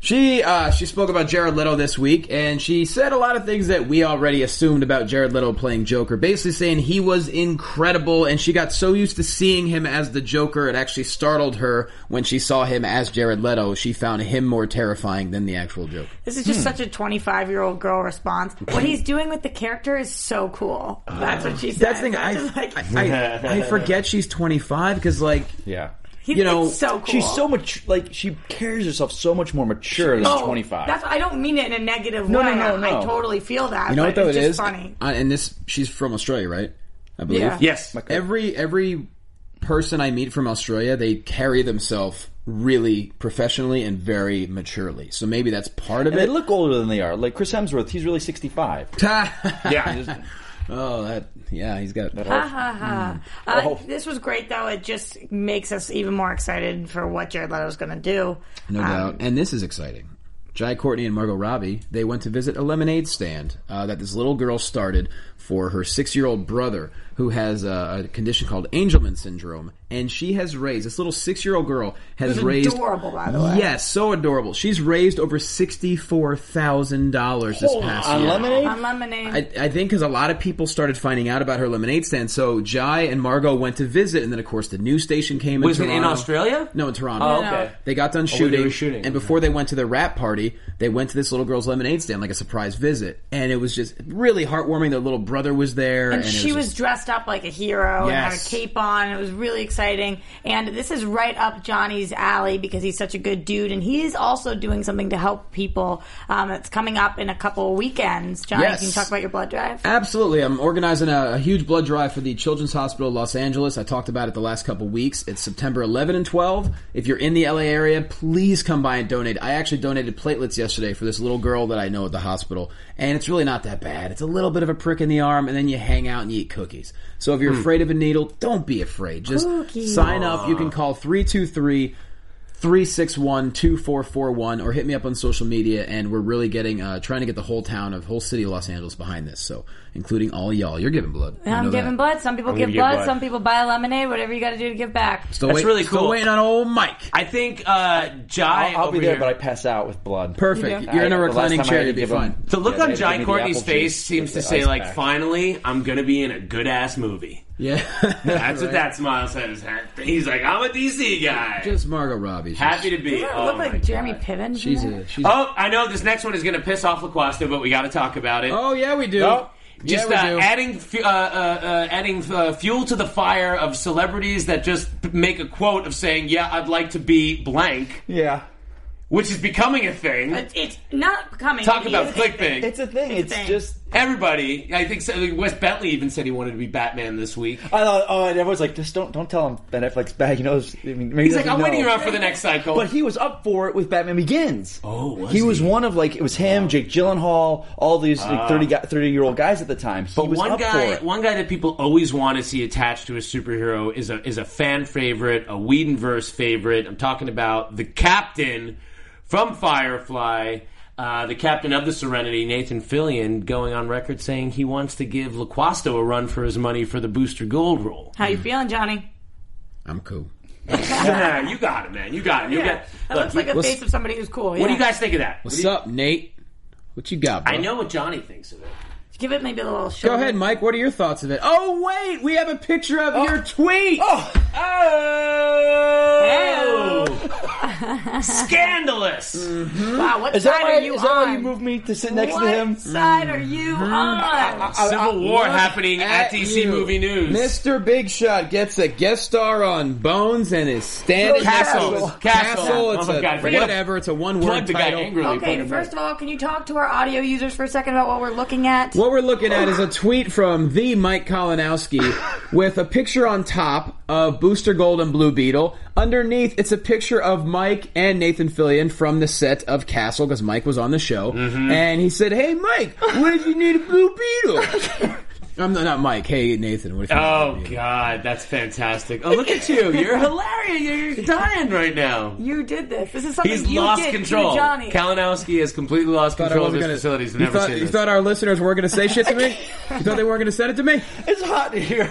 Speaker 2: She uh, she spoke about Jared Leto this week, and she said a lot of things that we already assumed about Jared Leto playing Joker. Basically, saying he was incredible, and she got so used to seeing him as the Joker, it actually startled her when she saw him as Jared Leto. She found him more terrifying than the actual Joker.
Speaker 5: This is just such a 25 year old girl response. What he's doing with the character is so cool. That's what she said.
Speaker 2: That's the thing.
Speaker 5: I'm
Speaker 2: I,
Speaker 5: just like,
Speaker 2: I, I, I forget she's 25 because like
Speaker 3: Yeah.
Speaker 5: he's,
Speaker 2: you know,
Speaker 5: it's so cool.
Speaker 3: She's so much like she carries herself so much more mature than
Speaker 5: Oh,
Speaker 3: 25.
Speaker 5: That's I don't mean it in a negative
Speaker 3: No,
Speaker 5: way.
Speaker 3: no, no,
Speaker 5: I- I
Speaker 3: no.
Speaker 5: totally feel that.
Speaker 2: you know what
Speaker 5: but
Speaker 2: though
Speaker 5: it's
Speaker 2: it
Speaker 5: just
Speaker 2: is.
Speaker 5: funny.
Speaker 2: Uh, and this she's from Australia, right? I believe.
Speaker 5: Yeah.
Speaker 4: Yes,
Speaker 2: Every every person I meet from Australia, they carry themselves really professionally and very maturely. So maybe that's part of
Speaker 3: they
Speaker 2: it.
Speaker 3: look older than they are. Like Chris Hemsworth, he's really 65.
Speaker 4: yeah.
Speaker 2: oh, that yeah, he's got.
Speaker 5: Uh, Ha, ha. Uh,
Speaker 3: Oh.
Speaker 5: This was great, though. It just makes us even more excited for what Jared Leto's going to do.
Speaker 2: No
Speaker 5: Um,
Speaker 2: doubt. And this is exciting. Jai Courtney and Margot Robbie, they went to visit a lemonade stand uh, that this little girl started for her six year old brother who has a, a condition called Angelman syndrome. And she has raised, this little six year old girl has
Speaker 5: Who's
Speaker 2: raised.
Speaker 5: adorable, by the way.
Speaker 2: Yes, so adorable. She's raised over $64,000 this past
Speaker 3: On
Speaker 2: year.
Speaker 3: lemonade?
Speaker 5: On Lemonade.
Speaker 2: I, I think because a lot of people started finding out about her lemonade stand, so Jai and Margot went to visit, and then of course the news station came.
Speaker 4: Was
Speaker 2: in
Speaker 4: it in
Speaker 2: Toronto.
Speaker 4: Australia?
Speaker 2: No, in Toronto.
Speaker 4: Oh, okay.
Speaker 2: They got done
Speaker 4: when they
Speaker 2: shooting,
Speaker 4: were shooting,
Speaker 2: and
Speaker 4: okay.
Speaker 2: before they went to their rap party, they went to this little girl's lemonade stand like a surprise visit, and it was just really heartwarming. Their little brother was there, and,
Speaker 5: and she
Speaker 2: it
Speaker 5: was,
Speaker 2: was, just-
Speaker 5: dressed up like a hero and had a
Speaker 2: Yes.
Speaker 5: cape on. It was really exciting. And this is right up Johnny's alley because he's such a good dude. And he is also doing something to help people. Um, it's coming up in a couple weekends. Johnny,
Speaker 2: Yes.
Speaker 5: can you talk about your blood drive?
Speaker 2: Absolutely. I'm organizing a, a huge blood drive for the Children's Hospital of Los Angeles. I talked about it the last couple weeks. It's September 11 and 12. If you're in the LA area, please come by and donate. I actually donated platelets yesterday for this little girl that I know at the hospital, and it's really not that bad. It's a little bit of a prick in the arm, and then you hang out and you eat cookies. So if you're afraid of a needle, don't be afraid. Just
Speaker 5: Cookies.
Speaker 2: sign up. You can call 323- 361 2441 or hit me up on social media and we're really getting uh, trying to get the whole town of whole city of los angeles behind this so including all y'all you're giving blood I know
Speaker 5: I'm
Speaker 2: that.
Speaker 5: giving blood. Some people give
Speaker 4: gonna give
Speaker 5: blood,
Speaker 4: blood.
Speaker 5: Some people buy lemonade. Whatever you got to do to give back.
Speaker 2: still
Speaker 4: That's
Speaker 2: wait-
Speaker 4: really
Speaker 2: still
Speaker 4: cool.
Speaker 2: waiting on old mike
Speaker 4: I think uh, Jai.
Speaker 3: I'll, I'll be
Speaker 4: over
Speaker 3: there,
Speaker 4: here-
Speaker 3: but I pass out with blood.
Speaker 2: perfect
Speaker 5: Yeah.
Speaker 2: you're in a
Speaker 3: I- the last
Speaker 2: reclining
Speaker 3: time I
Speaker 2: chair
Speaker 3: had to
Speaker 2: you'll be
Speaker 3: give him-
Speaker 2: fine
Speaker 4: The look
Speaker 3: Yeah,
Speaker 4: on
Speaker 3: they
Speaker 4: John
Speaker 3: give me the
Speaker 4: Courtney's
Speaker 3: apple
Speaker 4: face
Speaker 3: juice
Speaker 4: seems to
Speaker 3: with the
Speaker 4: say,
Speaker 3: ice
Speaker 4: like,
Speaker 3: pack.
Speaker 4: finally, I'm going to be in a good ass movie.
Speaker 2: Yeah.
Speaker 4: That's what that smile says. He's like, I'm a DC guy.
Speaker 2: Just Margot Robbie.
Speaker 4: Happy to be.
Speaker 5: Doesn't it
Speaker 4: Oh
Speaker 5: look
Speaker 4: my
Speaker 5: like Jeremy
Speaker 2: God.
Speaker 5: Piven?
Speaker 2: She's a. She's oh.
Speaker 4: Oh, I know this next one is going to piss off LaQuasta, but we got to talk about it.
Speaker 2: oh yeah, we do.
Speaker 4: Oh, just
Speaker 2: yeah, we
Speaker 4: uh,
Speaker 2: do.
Speaker 4: adding fu- uh, uh, uh, adding uh, fuel to the fire of celebrities that just p- make a quote of saying, "Yeah, I'd like to be blank,"
Speaker 3: Yeah.
Speaker 4: which is becoming a thing.
Speaker 5: It- It's not coming.
Speaker 4: Talk
Speaker 5: It
Speaker 4: about
Speaker 5: is-
Speaker 4: clickbait.
Speaker 3: It's a thing. It's,
Speaker 5: thing.
Speaker 3: just
Speaker 4: Everybody, I think so, like, Wes Bentley even said he wanted to be Batman this week.
Speaker 3: I thought. Oh, and everyone's like, just don't don't tell him Ben Affleck's back. He knows. I mean, maybe
Speaker 4: He's
Speaker 3: he
Speaker 4: like,
Speaker 3: doesn't
Speaker 4: I'm
Speaker 3: know.
Speaker 4: waiting around for the next cycle.
Speaker 3: But he was up for it with Batman Begins.
Speaker 4: Oh, was
Speaker 3: he, was
Speaker 4: he?
Speaker 3: one of like it was him, Jake Gyllenhaal, all these like, 30 guy, thirty year old guys at the time. He
Speaker 4: Ah. But
Speaker 3: was
Speaker 4: one
Speaker 3: up
Speaker 4: guy,
Speaker 3: for it.
Speaker 4: one guy that people always want to see attached to a superhero is a is a fan favorite, a Whedonverse favorite. I'm talking about the captain from Firefly, uh, the captain of the Serenity, Nathan Fillion, going on record saying he wants to give LaQuasto a run for his money for the Booster Gold role.
Speaker 5: How you feeling, Johnny?
Speaker 2: I'm cool.
Speaker 4: Yeah, you got it, man. You got it. You
Speaker 5: Yeah.
Speaker 4: got.
Speaker 5: That
Speaker 4: Look,
Speaker 5: looks like a
Speaker 2: what's-
Speaker 5: face of somebody who's cool.
Speaker 4: what do
Speaker 5: yeah.
Speaker 4: you guys think of that? What
Speaker 2: What's
Speaker 4: do you-
Speaker 2: up, Nate? What you got, bro?
Speaker 4: I know what Johnny thinks of it.
Speaker 5: Give it maybe a little
Speaker 2: Go
Speaker 5: shoulder.
Speaker 2: ahead, Mike. What are your thoughts of it? Oh wait, we have a picture of your tweet.
Speaker 3: Oh,
Speaker 4: Oh.
Speaker 5: Hey-o.
Speaker 4: Scandalous.
Speaker 2: Mm.
Speaker 5: Wow, what
Speaker 3: is
Speaker 5: side
Speaker 3: that why
Speaker 5: are you
Speaker 3: is
Speaker 5: on?
Speaker 3: that why you moved me to sit next
Speaker 5: what
Speaker 3: to him?
Speaker 5: side are you on?
Speaker 4: Civil War
Speaker 2: Uh, Look
Speaker 4: happening at, DC
Speaker 2: you.
Speaker 4: Movie News.
Speaker 2: Mr. Big Shot gets a guest star on Bones and is standing
Speaker 4: Castle.
Speaker 2: Castle.
Speaker 4: Castle.
Speaker 2: It's
Speaker 4: Oh my
Speaker 2: a
Speaker 4: God, forget
Speaker 2: whatever. It's a one
Speaker 4: Plug
Speaker 2: word
Speaker 4: the guy
Speaker 2: title.
Speaker 4: angrily. Put
Speaker 5: Okay,
Speaker 4: him
Speaker 5: first
Speaker 4: in.
Speaker 5: of all, can you talk to our audio users for a second about what we're looking at?
Speaker 2: What we're looking at is a tweet from the Mike Kalinowski with a picture on top of Booster Gold and Blue Beetle. Underneath, it's a picture of Mike and Nathan Fillion from the set of Castle because Mike was on the show.
Speaker 4: Mm-hmm.
Speaker 2: And he said, Hey, Mike, what if you need a Blue Beetle? I'm not, not Mike. Hey, Nathan, what if you need a Blue
Speaker 4: Oh
Speaker 2: Beetle?
Speaker 4: God, that's fantastic! Oh, look at you! You're hilarious! You're, you're dying right now.
Speaker 5: You did this. This is something
Speaker 4: He's
Speaker 5: you
Speaker 4: lost
Speaker 5: did
Speaker 4: control.
Speaker 5: to Johnny.
Speaker 4: Kalinowski has completely lost
Speaker 2: Thought I
Speaker 4: control of
Speaker 2: wasn't
Speaker 4: his
Speaker 2: gonna-
Speaker 4: facilities.
Speaker 2: You,
Speaker 4: I've never
Speaker 2: thought,
Speaker 4: seen
Speaker 2: you
Speaker 4: this.
Speaker 2: thought our listeners weren't going to say shit to me? you thought they weren't going to send it to me?
Speaker 3: It's hot in here.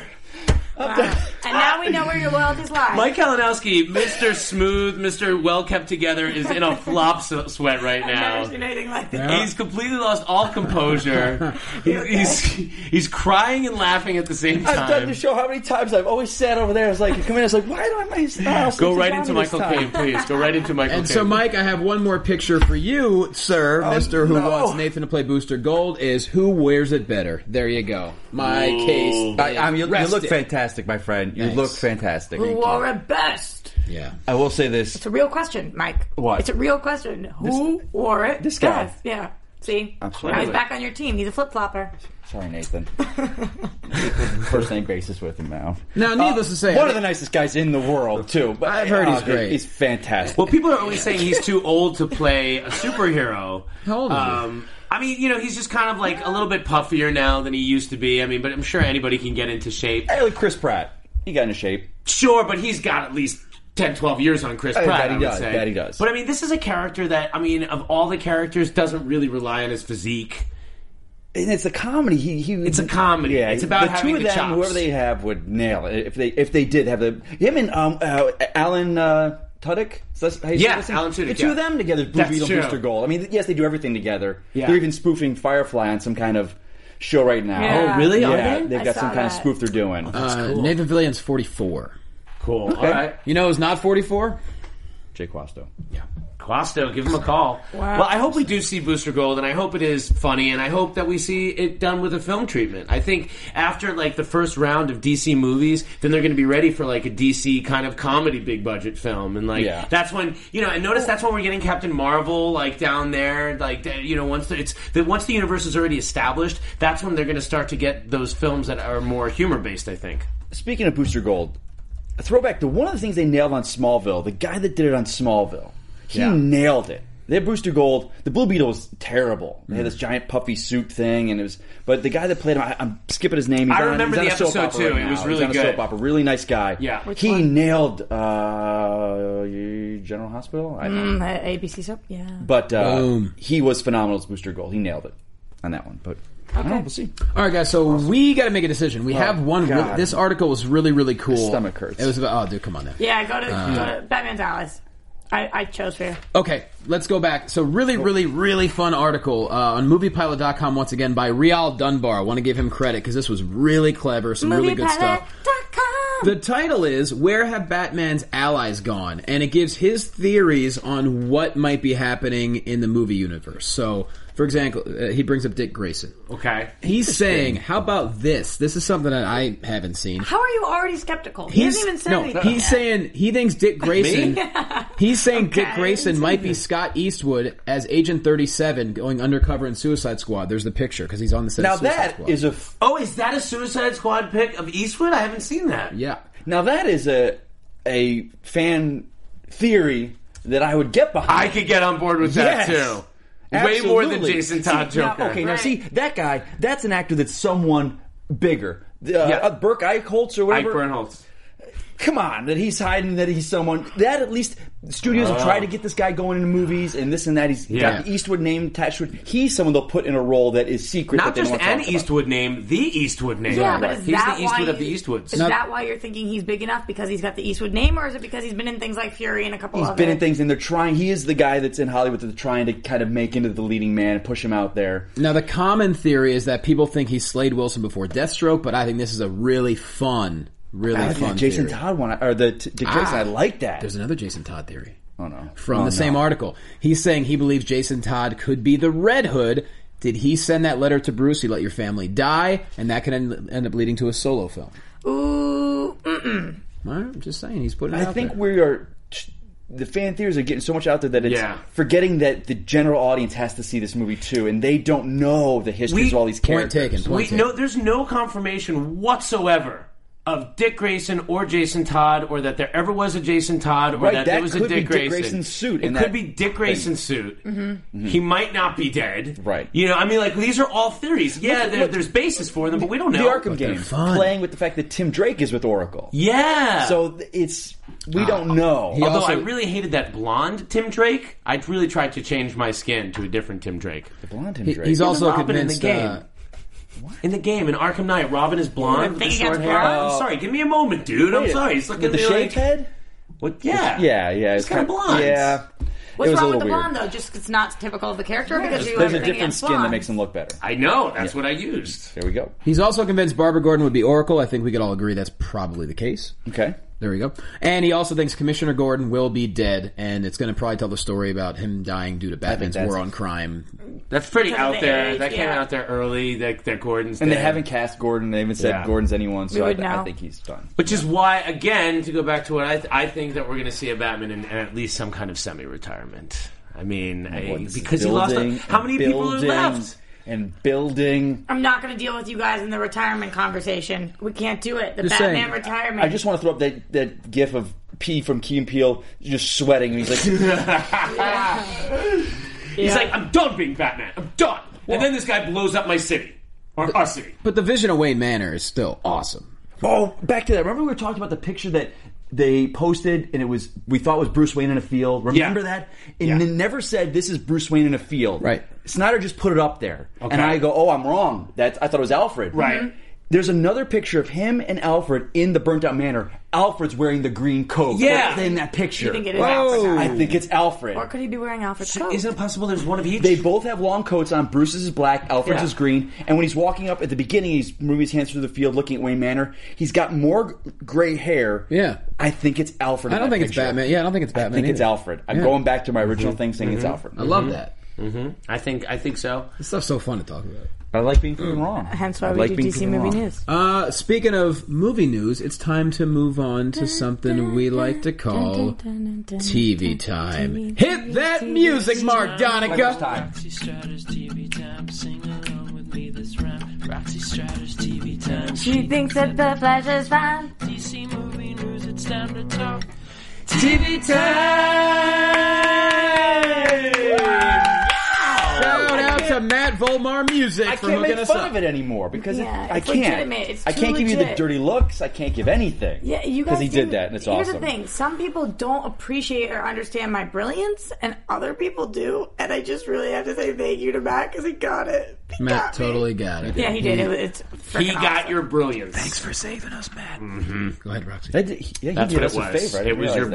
Speaker 5: and now we know where your loyalties lie.
Speaker 4: Mike Kalinowski, Mr. Smooth, Mr. Well Kept Together, is in a flop s- sweat right
Speaker 5: I've never
Speaker 4: now.
Speaker 5: seen anything like this.
Speaker 4: He's completely lost all composure. He's, he's he's crying and laughing at the same
Speaker 3: I've done the
Speaker 4: time.
Speaker 3: show how many times? I've always sat over there. I was like, you come in. I was like, why do I my style?
Speaker 4: Go right into Michael Caine, please. Go right into Michael
Speaker 2: And
Speaker 4: Caine.
Speaker 2: so, Mike, I have one more picture for you, sir. Mister who
Speaker 3: no.
Speaker 2: wants Nathan to play Booster Gold is who wears it better. There you go. My
Speaker 4: Ooh.
Speaker 2: case.
Speaker 3: I, I mean, you, you look
Speaker 2: Rested.
Speaker 3: fantastic, my friend. You
Speaker 2: Thanks.
Speaker 3: look fantastic.
Speaker 5: Who wore it best?
Speaker 2: Yeah.
Speaker 3: I will say this.
Speaker 5: It's a real question, Mike.
Speaker 3: What?
Speaker 5: It's a real question. Who wore it
Speaker 3: this guy.
Speaker 5: best? Yeah. See?
Speaker 3: Absolutely.
Speaker 5: Now he's back on your team. He's a flip flopper.
Speaker 3: Sorry, Nathan. First name basis with him now. Uh,
Speaker 2: Now, needless to say,
Speaker 3: One of the nicest guys in the world, too. But
Speaker 2: I've heard he's
Speaker 3: uh,
Speaker 2: great.
Speaker 3: He's fantastic.
Speaker 4: Well, people are always saying he's too old to play a superhero.
Speaker 2: How old is he?
Speaker 4: um, I mean, you know, he's just kind of like a little bit puffier now than he used to be. I mean, but I'm sure anybody can get into shape.
Speaker 3: Hey, like Chris Pratt. He got into shape.
Speaker 4: Sure, but he's got at least 10, 12 years on Chris
Speaker 3: Uh,
Speaker 4: Pratt.
Speaker 3: that he
Speaker 4: I would
Speaker 3: does,
Speaker 4: say.
Speaker 3: that he does.
Speaker 4: But I mean, this is a character that I mean, of all the characters, doesn't really rely on his physique.
Speaker 3: And it's a comedy. He, he
Speaker 4: It's a comedy.
Speaker 3: Yeah,
Speaker 4: It's about
Speaker 3: the
Speaker 4: having
Speaker 3: two of
Speaker 4: the
Speaker 3: them,
Speaker 4: chops.
Speaker 3: whoever they have, would nail it if they if they did have the him and um uh, Alan uh, Tudyk. Is that how you say
Speaker 4: Yeah,
Speaker 3: his name?
Speaker 4: Alan Tudyk,
Speaker 3: The two
Speaker 4: yeah.
Speaker 3: of them together, Blue
Speaker 4: That's
Speaker 3: Beetle,
Speaker 4: true.
Speaker 3: Booster Gold. I mean, yes, they do everything together.
Speaker 4: Yeah.
Speaker 3: They're even spoofing Firefly on some kind of show right now.
Speaker 5: Yeah.
Speaker 4: Oh, really? Are
Speaker 3: Yeah,
Speaker 4: they? Uh-huh.
Speaker 3: they've
Speaker 5: I
Speaker 3: got some
Speaker 5: saw
Speaker 3: kind of
Speaker 5: that.
Speaker 3: spoof they're doing.
Speaker 2: uh, Nathan Fillion's 44.
Speaker 4: Cool. All right.
Speaker 2: You know who's not 44?
Speaker 3: Jay Quasto.
Speaker 4: Quasto, give him a call.
Speaker 5: Wow.
Speaker 4: Well, I hope we do see Booster Gold, and I hope it is funny, and I hope that we see it done with a film treatment. I think after like the first round of DC movies, then they're going to be ready for like a DC kind of comedy big budget film, and like
Speaker 3: Yeah.
Speaker 4: that's when you know. And notice that's when we're getting Captain Marvel like down there, like that- you know once the, it's that once the universe is already established, that's when they're going to start to get those films that are more humor based. I think.
Speaker 3: Speaking of Booster Gold, a throwback to one of the things they nailed on Smallville, the guy that did it on Smallville, he
Speaker 4: Yeah.
Speaker 3: nailed it. Their Booster Gold, the Blue Beetle was terrible.
Speaker 4: Mm.
Speaker 3: They had this giant puffy suit thing, and it was. But the guy that played him, I, I'm skipping his name. He's
Speaker 4: I
Speaker 3: on-
Speaker 4: remember
Speaker 3: he's on
Speaker 4: the
Speaker 3: a soap
Speaker 4: episode,
Speaker 3: opera
Speaker 4: too.
Speaker 3: right
Speaker 4: It was
Speaker 3: now.
Speaker 4: really
Speaker 3: he's on
Speaker 4: good.
Speaker 3: A soap opera, really nice guy.
Speaker 4: Yeah. Which
Speaker 3: he
Speaker 5: one?
Speaker 3: nailed uh, General Hospital. I don't know.
Speaker 5: Mm, uh, ABC soap? Yeah.
Speaker 3: But uh,
Speaker 2: Boom.
Speaker 3: he was phenomenal as Booster Gold. He nailed it on that one. But I don't know, we'll see.
Speaker 2: All right, guys. So we got to make a decision. We have one.
Speaker 3: God.
Speaker 2: Really, this article was really, really cool.
Speaker 3: stomach hurts.
Speaker 2: It was about. Oh, dude, come on now.
Speaker 5: Yeah, go to, go to Batman's Alice. I, I chose fear.
Speaker 2: Okay, let's go back. So, really, really, really fun article uh, on moviepilot.com once again by Rial Dunbar. I want to give him credit because this was really clever, some really good stuff.
Speaker 5: MoviePilot.com.
Speaker 2: The title is Where Have Batman's Allies Gone? And it gives his theories on what might be happening in the movie universe. So, for example, uh, he brings up Dick Grayson.
Speaker 4: Okay.
Speaker 2: He's saying, How about this? This is something that I haven't seen.
Speaker 5: How are you already skeptical? He
Speaker 2: He's,
Speaker 5: hasn't even said
Speaker 2: no,
Speaker 5: anything.
Speaker 2: he's
Speaker 5: yet.
Speaker 2: saying he thinks Dick Grayson. He's saying Dick
Speaker 5: Okay.
Speaker 2: Grayson might be Scott Eastwood as Agent Thirty Seven going undercover in Suicide Squad. There's the picture because he's on the set.
Speaker 3: Now
Speaker 2: of Suicide
Speaker 3: that
Speaker 2: Squad.
Speaker 3: is a f-
Speaker 4: Oh, is that a Suicide Squad pick of Eastwood? I haven't seen that.
Speaker 2: yeah.
Speaker 3: now that is a a fan theory that I would get behind.
Speaker 4: I could get on board with
Speaker 3: Yes.
Speaker 4: that too. Way more than
Speaker 3: Absolutely. See,
Speaker 4: Jason Todd
Speaker 3: now-
Speaker 4: Joker.
Speaker 3: okay, now
Speaker 5: Right.
Speaker 3: see that guy. That's an actor that's someone bigger. Uh, uh, Burke Eichholz or
Speaker 4: Ike
Speaker 3: whatever.
Speaker 4: Bernholtz.
Speaker 3: Come on, that he's hiding that he's someone that at least studios have tried to get this guy going in movies and this and that. He's
Speaker 4: Oh. Yeah.
Speaker 3: got the Eastwood name attached to it. He's someone they'll put in a role that is secret.
Speaker 4: Not
Speaker 3: that they
Speaker 4: just
Speaker 3: don't want to
Speaker 4: an
Speaker 3: talk about.
Speaker 4: Eastwood name, the Eastwood name.
Speaker 5: Yeah, but is
Speaker 4: He's
Speaker 5: that
Speaker 4: the Eastwood
Speaker 5: why
Speaker 4: of the
Speaker 5: you-
Speaker 4: Eastwoods.
Speaker 5: Is that why you're thinking he's big enough because he's got the Eastwood name, or is it because he's been in things like Fury and a couple?
Speaker 3: He's
Speaker 5: other?
Speaker 3: been in things, and they're trying. He is the guy that's in Hollywood that they're trying to kind of make into the leading man and push him out there.
Speaker 2: Now the common theory is that people think he slayed Wilson before Deathstroke, but I think this is a really fun, really
Speaker 3: I like
Speaker 2: fun
Speaker 3: that Jason
Speaker 2: theory. Ah.
Speaker 3: Todd one, or the t- Dick Grayson. I like that.
Speaker 2: There's another Jason Todd theory.
Speaker 3: oh no,
Speaker 2: from
Speaker 3: Oh,
Speaker 2: the
Speaker 3: no.
Speaker 2: same article. He's saying he believes Jason Todd could be the Red Hood. Did he send that letter to Bruce? He let your family die, and that could end, end up leading to a solo film.
Speaker 5: Ooh, mm-mm.
Speaker 2: All right, I'm just saying he's putting. It
Speaker 3: I
Speaker 2: out
Speaker 3: think
Speaker 2: there.
Speaker 3: we are. The fan theories are getting so much out there that it's
Speaker 4: Yeah.
Speaker 3: forgetting that the general audience has to see this movie too, and they don't know the histories
Speaker 4: We-
Speaker 3: of all these
Speaker 2: point
Speaker 3: characters.
Speaker 2: taken. Point
Speaker 4: We,
Speaker 2: taken.
Speaker 4: no, there's no confirmation whatsoever of Dick Grayson or Jason Todd, or that there ever was a Jason Todd, or
Speaker 3: Right,
Speaker 4: that,
Speaker 3: that
Speaker 4: there was a
Speaker 3: could be
Speaker 4: Dick
Speaker 3: Dick
Speaker 4: Grayson.
Speaker 3: Grayson's suit
Speaker 4: It
Speaker 3: in
Speaker 4: could
Speaker 3: that Mm-hmm.
Speaker 4: be Dick Grayson's suit.
Speaker 5: Mm-hmm.
Speaker 4: He might not be dead.
Speaker 3: Right.
Speaker 4: You know, I mean, like these are all theories. Yeah, there,
Speaker 3: look-
Speaker 4: there's basis for them, but we don't
Speaker 3: The
Speaker 4: know.
Speaker 3: Arkham
Speaker 2: they're
Speaker 3: games
Speaker 2: fun.
Speaker 3: playing with the fact that Tim Drake is with Oracle.
Speaker 4: yeah.
Speaker 3: So th- it's we don't know.
Speaker 2: Ah. He
Speaker 4: Although
Speaker 2: also-
Speaker 4: I really hated that blonde Tim Drake, I really tried to change my skin to a different Tim Drake.
Speaker 3: Blonde Tim
Speaker 2: He-
Speaker 3: Drake.
Speaker 2: he's also
Speaker 4: Robin in the
Speaker 2: convinced.
Speaker 4: game.
Speaker 2: uh,
Speaker 4: In the game, in Arkham Knight, Robin is blonde with the
Speaker 5: Think he
Speaker 4: short
Speaker 5: gets
Speaker 4: hair.
Speaker 5: blonde?
Speaker 4: I'm sorry, give me a moment, dude. I'm
Speaker 3: Wait,
Speaker 4: sorry. He's
Speaker 3: with
Speaker 4: looking
Speaker 3: the
Speaker 4: at me
Speaker 3: shaved
Speaker 4: like,
Speaker 3: head.
Speaker 4: What? Yeah.
Speaker 3: Yeah, yeah,
Speaker 4: It's kind of
Speaker 3: kin-
Speaker 4: blonde.
Speaker 3: Yeah,
Speaker 5: what's
Speaker 3: it was a
Speaker 5: wrong with the
Speaker 3: little weird.
Speaker 5: blonde though? Just 'cause it's not typical of the character because you
Speaker 3: There's
Speaker 5: are
Speaker 3: a
Speaker 5: thinking
Speaker 3: different
Speaker 5: it's
Speaker 3: skin that
Speaker 5: blonde.
Speaker 3: makes him look better.
Speaker 4: I know. That's what I used.
Speaker 3: There we go.
Speaker 2: he's also convinced Barbara Gordon would be Oracle. I think we could all agree that's probably the case.
Speaker 3: Okay.
Speaker 2: There we go. And he also thinks Commissioner Gordon will be dead, and it's going to probably tell the story about him dying due to Batman's
Speaker 3: that's-
Speaker 2: war on crime.
Speaker 4: That's pretty
Speaker 5: Because of
Speaker 4: out
Speaker 5: the
Speaker 4: there.
Speaker 5: age,
Speaker 4: that came
Speaker 5: yeah.
Speaker 4: out there early. That they're Gordon's.
Speaker 3: And they
Speaker 4: dead.
Speaker 3: haven't cast Gordon. They haven't said
Speaker 4: Yeah.
Speaker 3: Gordon's anyone. So I,
Speaker 5: would
Speaker 3: th- I
Speaker 5: know.
Speaker 3: think he's done.
Speaker 4: Which is why, again, to go back to what I, th- I think that we're going to see a Batman in, in at least some kind of semi-retirement. I mean, I-
Speaker 3: Boy, this is
Speaker 4: because he lost.
Speaker 3: building
Speaker 4: How
Speaker 3: and
Speaker 4: many people are
Speaker 3: building
Speaker 4: left?
Speaker 3: And building.
Speaker 5: I'm not going to deal with you guys in the retirement conversation. We can't do it. The
Speaker 2: Just
Speaker 5: Batman
Speaker 2: saying.
Speaker 5: retirement.
Speaker 3: I just want to throw up that, that gif of P from Key and Peele just sweating. And he's like,
Speaker 4: He's like, I'm done being Batman. I'm done. and then this guy blows up my city or our city.
Speaker 2: But the vision of Wayne Manor is still awesome.
Speaker 3: oh, back to that. Remember we were talking about the picture that they posted and it was we thought was Bruce Wayne in a field. Remember
Speaker 4: Yeah.
Speaker 3: that? And
Speaker 4: Yeah.
Speaker 3: it never said this is Bruce Wayne in a field.
Speaker 2: Right.
Speaker 3: Snyder just put it up there,
Speaker 4: Okay.
Speaker 3: and I go, oh, I'm wrong. That's I thought it was Alfred. Mm-hmm.
Speaker 4: Right. Mhm.
Speaker 3: There's another picture of him and Alfred in the burnt out manor. Alfred's wearing the green coat.
Speaker 4: Yeah.
Speaker 3: That's in that picture.
Speaker 5: You think it is Whoa. Alfred.
Speaker 3: I think it's Alfred.
Speaker 5: Or could he be wearing Alfred's coat?
Speaker 4: Isn't it possible there's one of each?
Speaker 3: They both have long coats on. Bruce's is black, Alfred's
Speaker 4: Yeah.
Speaker 3: is green. And when he's walking up at the beginning, he's moving his hands through the field, looking at Wayne Manor. He's got more g- gray hair.
Speaker 2: Yeah.
Speaker 3: I think it's Alfred.
Speaker 2: I
Speaker 3: in
Speaker 2: don't
Speaker 3: that
Speaker 2: think it's
Speaker 3: picture.
Speaker 2: Batman. Yeah, I don't think it's
Speaker 3: I
Speaker 2: Batman.
Speaker 3: think it's
Speaker 2: either.
Speaker 3: Alfred. I'm
Speaker 2: Yeah. Mm-hmm.
Speaker 3: going back to my original thing, saying it's Alfred.
Speaker 2: I love that.
Speaker 4: I think. I think so.
Speaker 2: This stuff's so fun to talk about.
Speaker 3: I like being proven wrong.
Speaker 5: Mm. Hence why
Speaker 3: I
Speaker 5: we
Speaker 3: like
Speaker 5: do
Speaker 3: being
Speaker 5: DC
Speaker 3: proven
Speaker 5: movie
Speaker 3: wrong.
Speaker 5: news.
Speaker 2: Uh, speaking of movie news, it's time to move on to something we like to call TV time. Hit that music, Mark Donica.
Speaker 3: Time.
Speaker 5: She thinks that the flash is fine.
Speaker 2: TV time. Shout out to Matt Volmar music
Speaker 3: I
Speaker 2: for
Speaker 3: can't
Speaker 2: hooking
Speaker 3: make
Speaker 2: us
Speaker 3: fun
Speaker 2: up.
Speaker 3: of it anymore because it-
Speaker 5: Yeah,
Speaker 3: I
Speaker 5: it's
Speaker 3: can't.
Speaker 5: legitimate. It's
Speaker 3: I can't
Speaker 5: too
Speaker 3: give you the
Speaker 5: legit.
Speaker 3: dirty looks. I can't give anything.
Speaker 5: Yeah, you guys.
Speaker 3: because he
Speaker 5: didn't-
Speaker 3: did that, and it's
Speaker 5: here's
Speaker 3: awesome.
Speaker 5: the thing: some people don't appreciate or understand my brilliance, and other people do. And I just really have to say thank you to Matt because he got it. He
Speaker 2: Matt
Speaker 5: got me.
Speaker 2: totally got it.
Speaker 5: Yeah, he did. It was, it's
Speaker 4: He
Speaker 5: freaking
Speaker 4: got
Speaker 5: awesome.
Speaker 4: your brilliance.
Speaker 2: Thanks for saving us, Matt. Go ahead, Roxy.
Speaker 3: That did- he- yeah, he
Speaker 4: That's
Speaker 3: did
Speaker 4: what
Speaker 3: us a
Speaker 4: it was.
Speaker 3: favor. I
Speaker 4: It
Speaker 3: didn't
Speaker 4: was your
Speaker 3: realize that.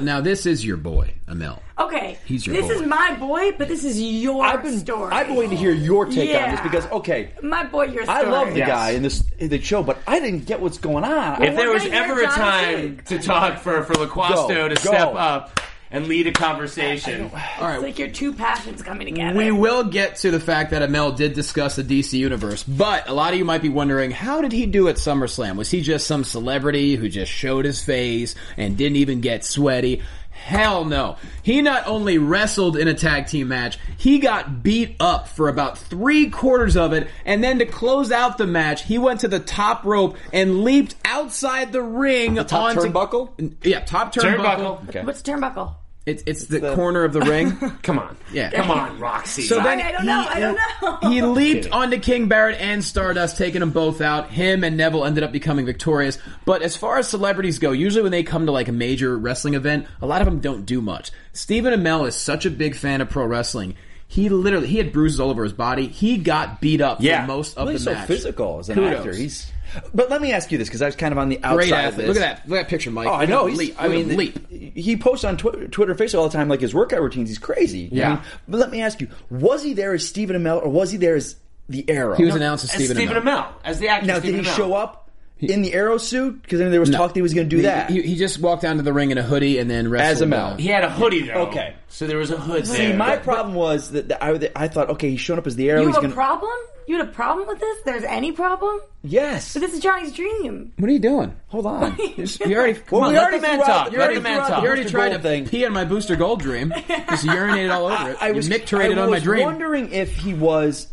Speaker 2: Now, now this is your boy, Amel.
Speaker 5: Okay,
Speaker 2: He's your
Speaker 5: this
Speaker 2: boy.
Speaker 5: is my boy, but this is your
Speaker 3: I've been
Speaker 5: story.
Speaker 3: I've been waiting to hear your take on
Speaker 5: Yeah.
Speaker 3: this because okay,
Speaker 5: my boy, your story.
Speaker 3: I love the
Speaker 4: Yes.
Speaker 3: guy in this in the show, but I didn't get what's going on.
Speaker 4: If there was
Speaker 5: gonna hear
Speaker 4: ever a
Speaker 5: Johnny
Speaker 4: time to talk for for Laquasto
Speaker 3: Go,
Speaker 4: to
Speaker 3: go.
Speaker 4: step up and lead a conversation,
Speaker 2: All right,
Speaker 5: It's like your two passions coming together.
Speaker 2: We will get to the fact that Amel did discuss the DC universe, but a lot of you might be wondering, how did he do at SummerSlam? Was he just some celebrity who just showed his face and didn't even get sweaty? Hell no. He not only wrestled in a tag team match, he got beat up for about three quarters of it, and then to close out the match, he went to the top rope and leaped outside the ring
Speaker 3: the top
Speaker 2: onto
Speaker 3: turnbuckle,
Speaker 2: Yeah, top turnbuckle.
Speaker 4: Turnbuckle.
Speaker 3: Okay.
Speaker 5: What's turnbuckle?
Speaker 2: It's it's the, corner of the ring.
Speaker 4: Come on,
Speaker 2: Yeah.
Speaker 4: come on, Roxy.
Speaker 2: So then
Speaker 5: I don't
Speaker 2: he-
Speaker 5: know. I don't know.
Speaker 2: He leaped onto King Barrett and Stardust, taking them both out. Him and Neville ended up becoming victorious. But as far as celebrities go, usually when they come to like a major wrestling event, a lot of them don't do much. Stephen Amell is such a big fan of pro wrestling. He literally he had bruises all over his body. He got beat up
Speaker 4: Yeah.
Speaker 2: for most of
Speaker 3: Well, he's
Speaker 2: the
Speaker 3: so
Speaker 2: match.
Speaker 3: physical as an
Speaker 2: Kudos.
Speaker 3: actor. He's. But let me ask you this because I was kind of on the outside.
Speaker 2: great
Speaker 3: Of
Speaker 2: athlete.
Speaker 3: this.
Speaker 2: Look at that. Look at that picture, Mike.
Speaker 3: Oh,
Speaker 2: Look
Speaker 3: I
Speaker 2: at
Speaker 3: know.
Speaker 2: him
Speaker 3: He's,
Speaker 2: leap.
Speaker 3: I
Speaker 2: Look at
Speaker 3: mean,
Speaker 2: him leap.
Speaker 3: He posts on Twitter, Twitter, and Facebook all the time, like his workout routines. He's crazy.
Speaker 2: Yeah.
Speaker 3: I mean, but let me ask you: Was he there as Stephen Amell, or was he there as the Arrow?
Speaker 2: He was announced as
Speaker 4: as
Speaker 2: Stephen,
Speaker 4: Stephen, Amell. as the actor.
Speaker 3: now,
Speaker 4: Stephen
Speaker 3: did he
Speaker 4: Amell.
Speaker 3: show up in the Arrow suit? Because I mean, there was talk that he was going to do
Speaker 2: He-
Speaker 3: that.
Speaker 2: He, he just walked down to the ring in a hoodie and then
Speaker 3: As
Speaker 2: wrestled
Speaker 3: Amell.
Speaker 2: uh,
Speaker 4: He had a hoodie though.
Speaker 3: Okay.
Speaker 4: so there was a hood
Speaker 3: See,
Speaker 4: there.
Speaker 3: my problem was that the, I, that I thought, okay, he's showing up as the Arrow.
Speaker 5: You
Speaker 3: he's
Speaker 5: have a
Speaker 3: gonna,
Speaker 5: problem? You had a problem with this? There's any problem?
Speaker 3: Yes.
Speaker 5: This is Johnny's dream.
Speaker 2: What are you doing?
Speaker 3: Hold on.
Speaker 2: Just- You already. come
Speaker 3: Well,
Speaker 2: on,
Speaker 3: we
Speaker 2: let
Speaker 3: already
Speaker 2: the man
Speaker 3: threw out-
Speaker 2: talk.
Speaker 3: you
Speaker 2: You already,
Speaker 3: already
Speaker 2: man
Speaker 3: threw out
Speaker 2: talk.
Speaker 3: the
Speaker 2: You already
Speaker 3: Booster
Speaker 2: tried
Speaker 3: Gold
Speaker 2: to
Speaker 3: thing.
Speaker 2: pee on my booster gold dream. Just urinated all over it.
Speaker 3: I was
Speaker 2: you micturated
Speaker 3: I
Speaker 2: on my
Speaker 3: was
Speaker 2: dream.
Speaker 3: wondering if he was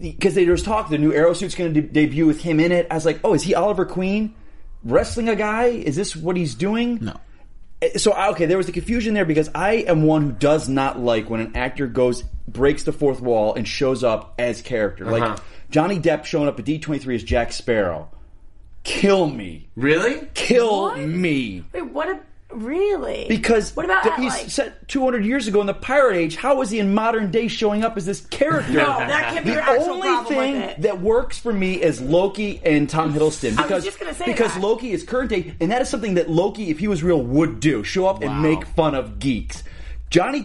Speaker 3: because there was talk the new Arrow suit's going to de- debut with him in it. I was like, oh, is he Oliver Queen wrestling a guy? Is this what he's doing?
Speaker 2: no.
Speaker 3: Eh, So I- okay, there was the confusion there because I am one who does not like when an actor goes breaks the fourth wall and shows up as character.
Speaker 2: Uh-huh.
Speaker 3: Like Johnny Depp showing up at D twenty three as Jack Sparrow. Kill me,
Speaker 4: Really?
Speaker 3: kill
Speaker 5: What?
Speaker 3: me.
Speaker 5: Wait, what? A, really?
Speaker 3: Because
Speaker 5: what about
Speaker 3: th-
Speaker 5: that,
Speaker 3: he's
Speaker 5: like-
Speaker 3: set 200 years ago in the pirate age. How is he in modern day showing up as this character?
Speaker 5: No, that can't be your
Speaker 3: the
Speaker 5: actual
Speaker 3: only
Speaker 5: problem
Speaker 3: thing
Speaker 5: with it.
Speaker 3: that works for me is Loki and Tom Hiddleston because
Speaker 5: just gonna say
Speaker 3: because
Speaker 5: that.
Speaker 3: Loki is current day, and that is something that Loki, if he was real, would do: show up and make fun of geeks. Johnny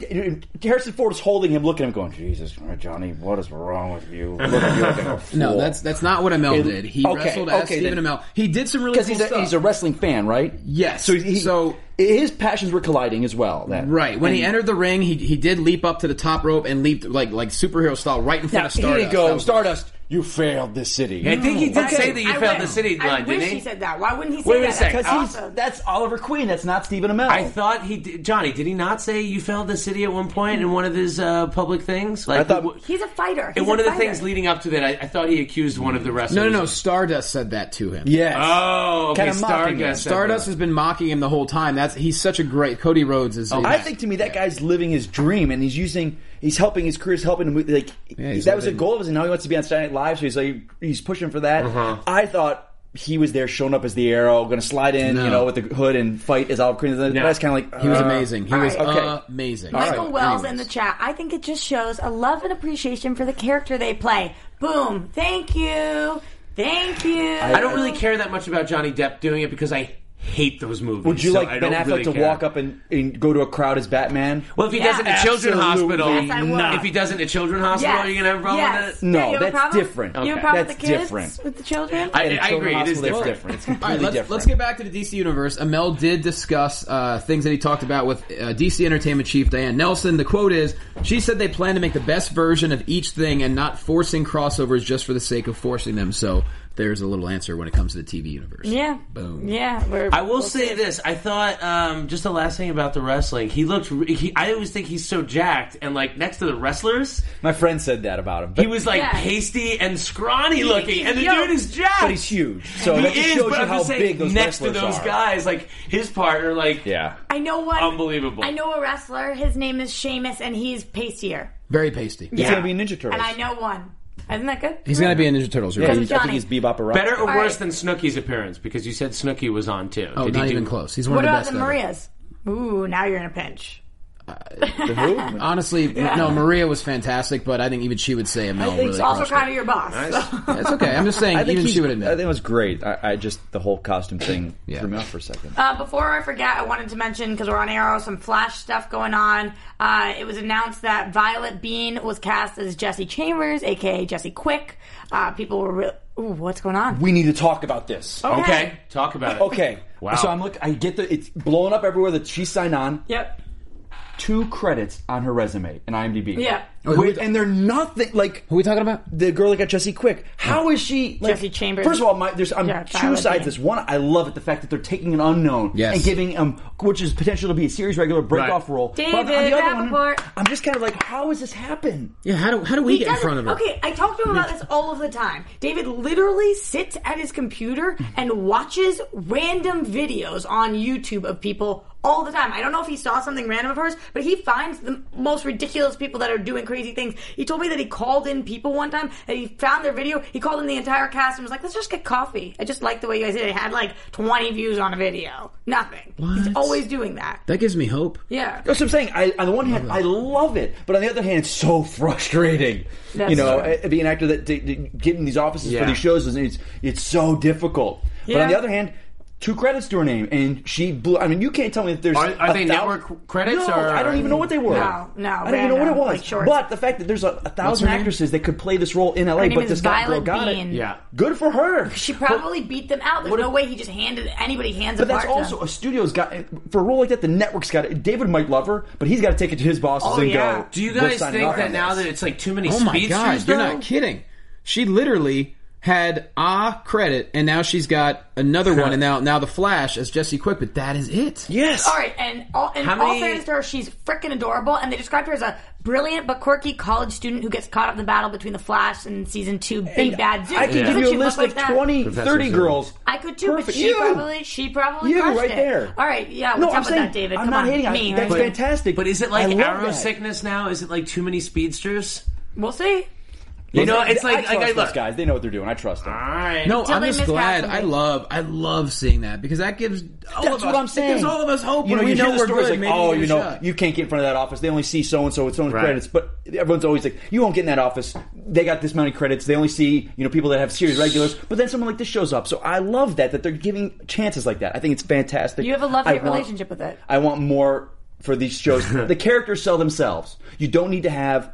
Speaker 3: Harrison Ford is holding him, looking at him, going, "Jesus, Johnny, what is wrong with you? Look at you like a fool."
Speaker 2: No, that's that's not what Amel
Speaker 3: It-
Speaker 2: did. He
Speaker 3: okay,
Speaker 2: wrestled as
Speaker 3: okay,
Speaker 2: Stephen
Speaker 3: then.
Speaker 2: Amell. He did some really cool
Speaker 3: because he's a,
Speaker 2: stuff.
Speaker 3: he's a wrestling fan, right?
Speaker 2: Yes.
Speaker 3: So, he,
Speaker 2: So-
Speaker 3: so his passions were colliding as well. Then.
Speaker 2: Right when he entered the ring, he he did leap up to the top rope and leaped like like superhero style right in front
Speaker 3: Now,
Speaker 2: of Stardust.
Speaker 3: Here you go,
Speaker 2: That was-
Speaker 3: Stardust. You failed this city.
Speaker 4: I think he did
Speaker 3: Okay.
Speaker 4: say that you
Speaker 5: I
Speaker 4: failed
Speaker 5: wish-
Speaker 4: the city
Speaker 5: I
Speaker 4: line,
Speaker 5: wish
Speaker 4: didn't he?
Speaker 5: he said that. Why wouldn't he say
Speaker 4: Wait a
Speaker 5: that?
Speaker 4: sec.
Speaker 5: That's
Speaker 3: Because he's
Speaker 5: awesome.
Speaker 3: that's Oliver Queen. That's not Stephen Amell.
Speaker 4: I thought he did. Johnny, did he not say you failed the city at one point in one of his uh, public things? Like,
Speaker 3: I thought-
Speaker 4: w-
Speaker 5: He's a fighter. He's
Speaker 4: and one
Speaker 5: a
Speaker 4: of the
Speaker 5: fighter.
Speaker 4: things leading up to that, I, I thought he accused one of the
Speaker 2: No,
Speaker 4: wrestlers.
Speaker 2: no, no. Stardust said that to him.
Speaker 3: yes.
Speaker 4: Oh, okay.
Speaker 3: Kinda mocking him.
Speaker 4: Stardust.
Speaker 2: Stardust has been mocking him the whole time. That's he's such a great Cody Rhodes is.
Speaker 3: Oh, I think to me that guy's living his dream, and he's using, he's helping his career's helping him. with, Like
Speaker 2: he's
Speaker 3: that was a
Speaker 2: living-
Speaker 3: goal of his, and now he wants to be on Saturday Night Live, so he's like he's pushing for that.
Speaker 4: Uh-huh.
Speaker 3: I thought he was there, showing up as the arrow, going to slide in,
Speaker 2: No.
Speaker 3: you know, with the hood and fight as Oliver Queen. But that's kind of like
Speaker 2: he was
Speaker 3: uh,
Speaker 2: amazing. He was
Speaker 5: all
Speaker 3: right.
Speaker 2: amazing.
Speaker 5: Michael Wells in the
Speaker 2: Anyways.
Speaker 5: chat. I think it just shows a love and appreciation for the character they play. Boom. Thank you. Thank you.
Speaker 4: I don't really care that much about Johnny Depp doing it because I hate those movies.
Speaker 3: Would you
Speaker 4: so
Speaker 3: like
Speaker 4: I
Speaker 3: Ben
Speaker 4: don't
Speaker 3: Affleck
Speaker 4: really
Speaker 3: to
Speaker 4: care.
Speaker 3: walk up and, and go to a crowd as Batman?
Speaker 4: Well, if he
Speaker 5: Yeah.
Speaker 4: does it in a children's
Speaker 3: Absolutely
Speaker 4: hospital,
Speaker 5: Yes, I would. not.
Speaker 4: if he does it in a children's hospital,
Speaker 5: Yes.
Speaker 4: are you gonna have a problem
Speaker 5: yes.
Speaker 4: with it?
Speaker 3: No,
Speaker 5: Yeah, you have a
Speaker 3: that's
Speaker 5: problem?
Speaker 3: different.
Speaker 5: You have
Speaker 3: Okay.
Speaker 5: a problem
Speaker 3: That's
Speaker 5: with the kids?
Speaker 3: different.
Speaker 5: With the children?
Speaker 4: I-
Speaker 3: And
Speaker 4: I
Speaker 3: children's
Speaker 4: agree, it is
Speaker 3: hospital, that's
Speaker 4: different.
Speaker 3: different. It's completely
Speaker 2: All right, let's,
Speaker 3: different.
Speaker 2: let's get back to the DC universe. Amel did discuss uh, things that he talked about with uh, DC Entertainment chief Diane Nelson. The quote is: "She said they plan to make the best version of each thing and not forcing crossovers just for the sake of forcing them." So there's a little answer when it comes to the TV universe.
Speaker 5: Yeah.
Speaker 2: Boom.
Speaker 5: Yeah. We're,
Speaker 4: I will say this. I thought um, just the last thing about the wrestling. He looked. re- He, I always think he's so jacked, and like next to the wrestlers,
Speaker 3: My friend said that about him. But,
Speaker 4: he was like
Speaker 5: Yeah.
Speaker 4: pasty and scrawny looking, and the
Speaker 5: yo,
Speaker 4: dude is jacked.
Speaker 3: but he's huge. So
Speaker 4: He
Speaker 3: that just
Speaker 4: is,
Speaker 3: shows
Speaker 4: but
Speaker 3: you
Speaker 4: I'm
Speaker 3: how
Speaker 4: just saying,
Speaker 3: big those
Speaker 4: next to
Speaker 3: wrestlers
Speaker 4: those
Speaker 3: are.
Speaker 4: guys, like his partner, like
Speaker 3: Yeah.
Speaker 5: I know one.
Speaker 4: Unbelievable.
Speaker 5: I know a wrestler. His name is Sheamus, and he's pastier.
Speaker 2: Very pasty.
Speaker 3: He's going to be a Ninja Turtle.
Speaker 5: And I know one. Isn't that good?
Speaker 2: He's gonna be in Ninja Turtles. You're
Speaker 3: I
Speaker 2: right.
Speaker 5: Because
Speaker 3: think
Speaker 5: of Johnny.
Speaker 3: he's Bebop or
Speaker 4: better or
Speaker 5: All
Speaker 4: worse
Speaker 5: right.
Speaker 4: than Snooky's appearance because you said Snooky was on too.
Speaker 2: Oh,
Speaker 4: Did he
Speaker 2: not
Speaker 4: do-
Speaker 2: even close. He's one
Speaker 5: What
Speaker 2: of the
Speaker 5: about
Speaker 2: best.
Speaker 5: the
Speaker 2: ever.
Speaker 5: Marias? Ooh, now you're in a pinch.
Speaker 3: The who?
Speaker 2: Honestly, no, Maria was fantastic, but I think even she would say a Mel
Speaker 3: think
Speaker 2: really
Speaker 3: so.
Speaker 5: Also,
Speaker 2: crushed
Speaker 5: kind
Speaker 2: it.
Speaker 5: of your boss. so.
Speaker 2: That's okay. I'm just saying,
Speaker 3: I think
Speaker 2: even
Speaker 3: he's-
Speaker 2: she would admit.
Speaker 3: I think it was great. I, I just the whole costume thing
Speaker 2: Yeah.
Speaker 3: threw me off for a second.
Speaker 5: Uh, before I forget, I wanted to mention because we're on Arrow, some Flash stuff going on. Uh, it was announced that Violet Bean was cast as Jesse Chambers, aka Jesse Quick. Uh, people were really, ooh, what's going on?
Speaker 3: We need to talk about this.
Speaker 5: Okay.
Speaker 4: Okay, talk about it.
Speaker 3: Okay.
Speaker 4: Oh. Wow.
Speaker 3: So I'm look. I get the it's blowing up everywhere that she signed on.
Speaker 5: Yep.
Speaker 3: Two credits on her resume in IMDb.
Speaker 5: Yeah.
Speaker 2: Oh, who
Speaker 3: Wait,
Speaker 2: we-
Speaker 3: and they're nothing like
Speaker 2: Who are we talking about?
Speaker 3: the girl that got Jesse Quick. How is she? Like,
Speaker 5: Jesse Chambers.
Speaker 3: First of all, my, there's I'm
Speaker 5: Yeah,
Speaker 3: two
Speaker 5: Violet
Speaker 3: sides to
Speaker 5: Bean.
Speaker 3: this. One, I love it the fact that they're taking an unknown
Speaker 2: Yes.
Speaker 3: and giving um, which is potential to be a series regular break off
Speaker 4: Right.
Speaker 3: role. But on the
Speaker 5: David
Speaker 3: other one,
Speaker 5: Rappaport.
Speaker 3: I'm just kind of like, how has this happen?
Speaker 2: Yeah, how do how do we get in
Speaker 5: doesn't-
Speaker 2: front of her?
Speaker 5: Okay, I talk to him about this all of the time. David literally sits at his computer and watches random videos on YouTube of people all the time. I don't know if he saw something random of hers, but he finds the most ridiculous people that are doing crazy things. He told me that he called in people one time that he found their video. He called in the entire cast and was like, "Let's just get coffee." I just like the way you guys did it. It had like 20 views on a video. Nothing. He's
Speaker 2: What?
Speaker 5: always doing that.
Speaker 2: That gives me hope.
Speaker 5: Yeah.
Speaker 3: That's what I'm saying. I, on the one hand, I love it, but on the other hand, it's so frustrating.
Speaker 5: That's
Speaker 3: you know,
Speaker 5: true.
Speaker 3: uh, being an actor that d- d- getting these offices for
Speaker 4: Yeah.
Speaker 3: these shows is it's it's so difficult. But on
Speaker 5: Yeah.
Speaker 3: the other hand, two credits to her name, and she blew. I mean, you can't tell me if there's
Speaker 4: Are- are
Speaker 3: a
Speaker 4: they network credits
Speaker 3: No,
Speaker 4: or-
Speaker 3: I don't even know what they were.
Speaker 5: No, no,
Speaker 3: I
Speaker 5: we
Speaker 3: don't even know
Speaker 5: don't
Speaker 3: what it
Speaker 5: know,
Speaker 3: was.
Speaker 5: like shorts.
Speaker 3: but the fact that there's a, a thousand
Speaker 2: name?
Speaker 3: actresses that could play this role in LA,
Speaker 5: Her name
Speaker 3: but
Speaker 5: is
Speaker 3: this guy girl
Speaker 5: Violet
Speaker 3: got
Speaker 5: Bean.
Speaker 3: it.
Speaker 4: Yeah.
Speaker 3: Good for her.
Speaker 5: She probably beat them out. There's no way he just handed anybody hands
Speaker 3: But
Speaker 5: apart.
Speaker 3: that's
Speaker 5: to
Speaker 3: also
Speaker 5: them.
Speaker 3: a studio's got for a role like that. The network's got it. David might love her, but he's got to take it to his bosses
Speaker 5: Oh,
Speaker 3: and
Speaker 5: yeah.
Speaker 3: go.
Speaker 4: Do you
Speaker 3: "We're
Speaker 4: guys
Speaker 3: signing
Speaker 4: think
Speaker 3: off
Speaker 4: that
Speaker 3: on
Speaker 4: now
Speaker 3: this."
Speaker 4: that it's like too many
Speaker 2: Oh my
Speaker 4: speedsters?
Speaker 2: god, you're
Speaker 4: though?
Speaker 2: not kidding. She literally had a credit, and now she's got another one, and now now the Flash as Jesse Quick. But that is it.
Speaker 3: Yes.
Speaker 5: All right, and all and
Speaker 4: How
Speaker 5: all
Speaker 4: many-
Speaker 5: fairness to her, she's freaking adorable, and they described her as a brilliant but quirky college student who gets caught up in the battle between the Flash and season two Big Bad Zoo.
Speaker 3: I can give
Speaker 5: Doesn't she
Speaker 3: you a
Speaker 5: look
Speaker 3: list
Speaker 5: like
Speaker 3: of
Speaker 5: that?
Speaker 3: twenty, thirty 20, 30 girls.
Speaker 5: I could too, but
Speaker 3: Perfect.
Speaker 5: she
Speaker 3: You.
Speaker 5: probably she probably
Speaker 3: you
Speaker 5: crushed
Speaker 3: right
Speaker 5: it.
Speaker 3: there.
Speaker 5: All right, yeah,
Speaker 3: No,
Speaker 5: what's
Speaker 3: I'm
Speaker 5: up
Speaker 3: saying,
Speaker 5: with that, David?
Speaker 3: I'm
Speaker 5: Come
Speaker 3: not
Speaker 5: on,
Speaker 3: hating on it.
Speaker 5: me,
Speaker 3: That's
Speaker 5: right?
Speaker 3: fantastic.
Speaker 4: But is it
Speaker 3: I
Speaker 4: like
Speaker 3: love
Speaker 4: arrow
Speaker 3: that.
Speaker 4: sickness now? Is it like too many speedsters?
Speaker 5: We'll see.
Speaker 4: You know, it's like
Speaker 3: I trust
Speaker 4: like I
Speaker 3: those
Speaker 4: look.
Speaker 3: guys. They know what they're doing. I trust them.
Speaker 4: All right.
Speaker 2: No,
Speaker 5: Until
Speaker 2: I'm
Speaker 5: they
Speaker 2: just
Speaker 5: miscast
Speaker 2: glad.
Speaker 5: somebody.
Speaker 2: I love, I love seeing that because that gives all
Speaker 3: That's
Speaker 2: of us,
Speaker 3: what I'm
Speaker 2: it
Speaker 3: saying.
Speaker 2: gives all of us hope.
Speaker 3: You know,
Speaker 2: when
Speaker 3: you
Speaker 2: we
Speaker 3: hear
Speaker 2: know
Speaker 3: the
Speaker 2: we're
Speaker 3: stories
Speaker 2: good.
Speaker 3: like,
Speaker 2: maybe
Speaker 3: oh,
Speaker 2: give it
Speaker 3: you
Speaker 2: a
Speaker 3: know,
Speaker 2: shot.
Speaker 3: you can't get in front of that office. They only see so and so with so many
Speaker 4: Right.
Speaker 3: credits, but everyone's always like, you won't get in that office. They got this many credits. They only see you know people that have series regulars. But then someone like this shows up. So I love that that they're giving chances like that. I think it's fantastic.
Speaker 5: You have a
Speaker 3: I
Speaker 5: love-hate
Speaker 3: want-
Speaker 5: relationship with it.
Speaker 3: I want more for these shows. the characters sell themselves. You don't need to have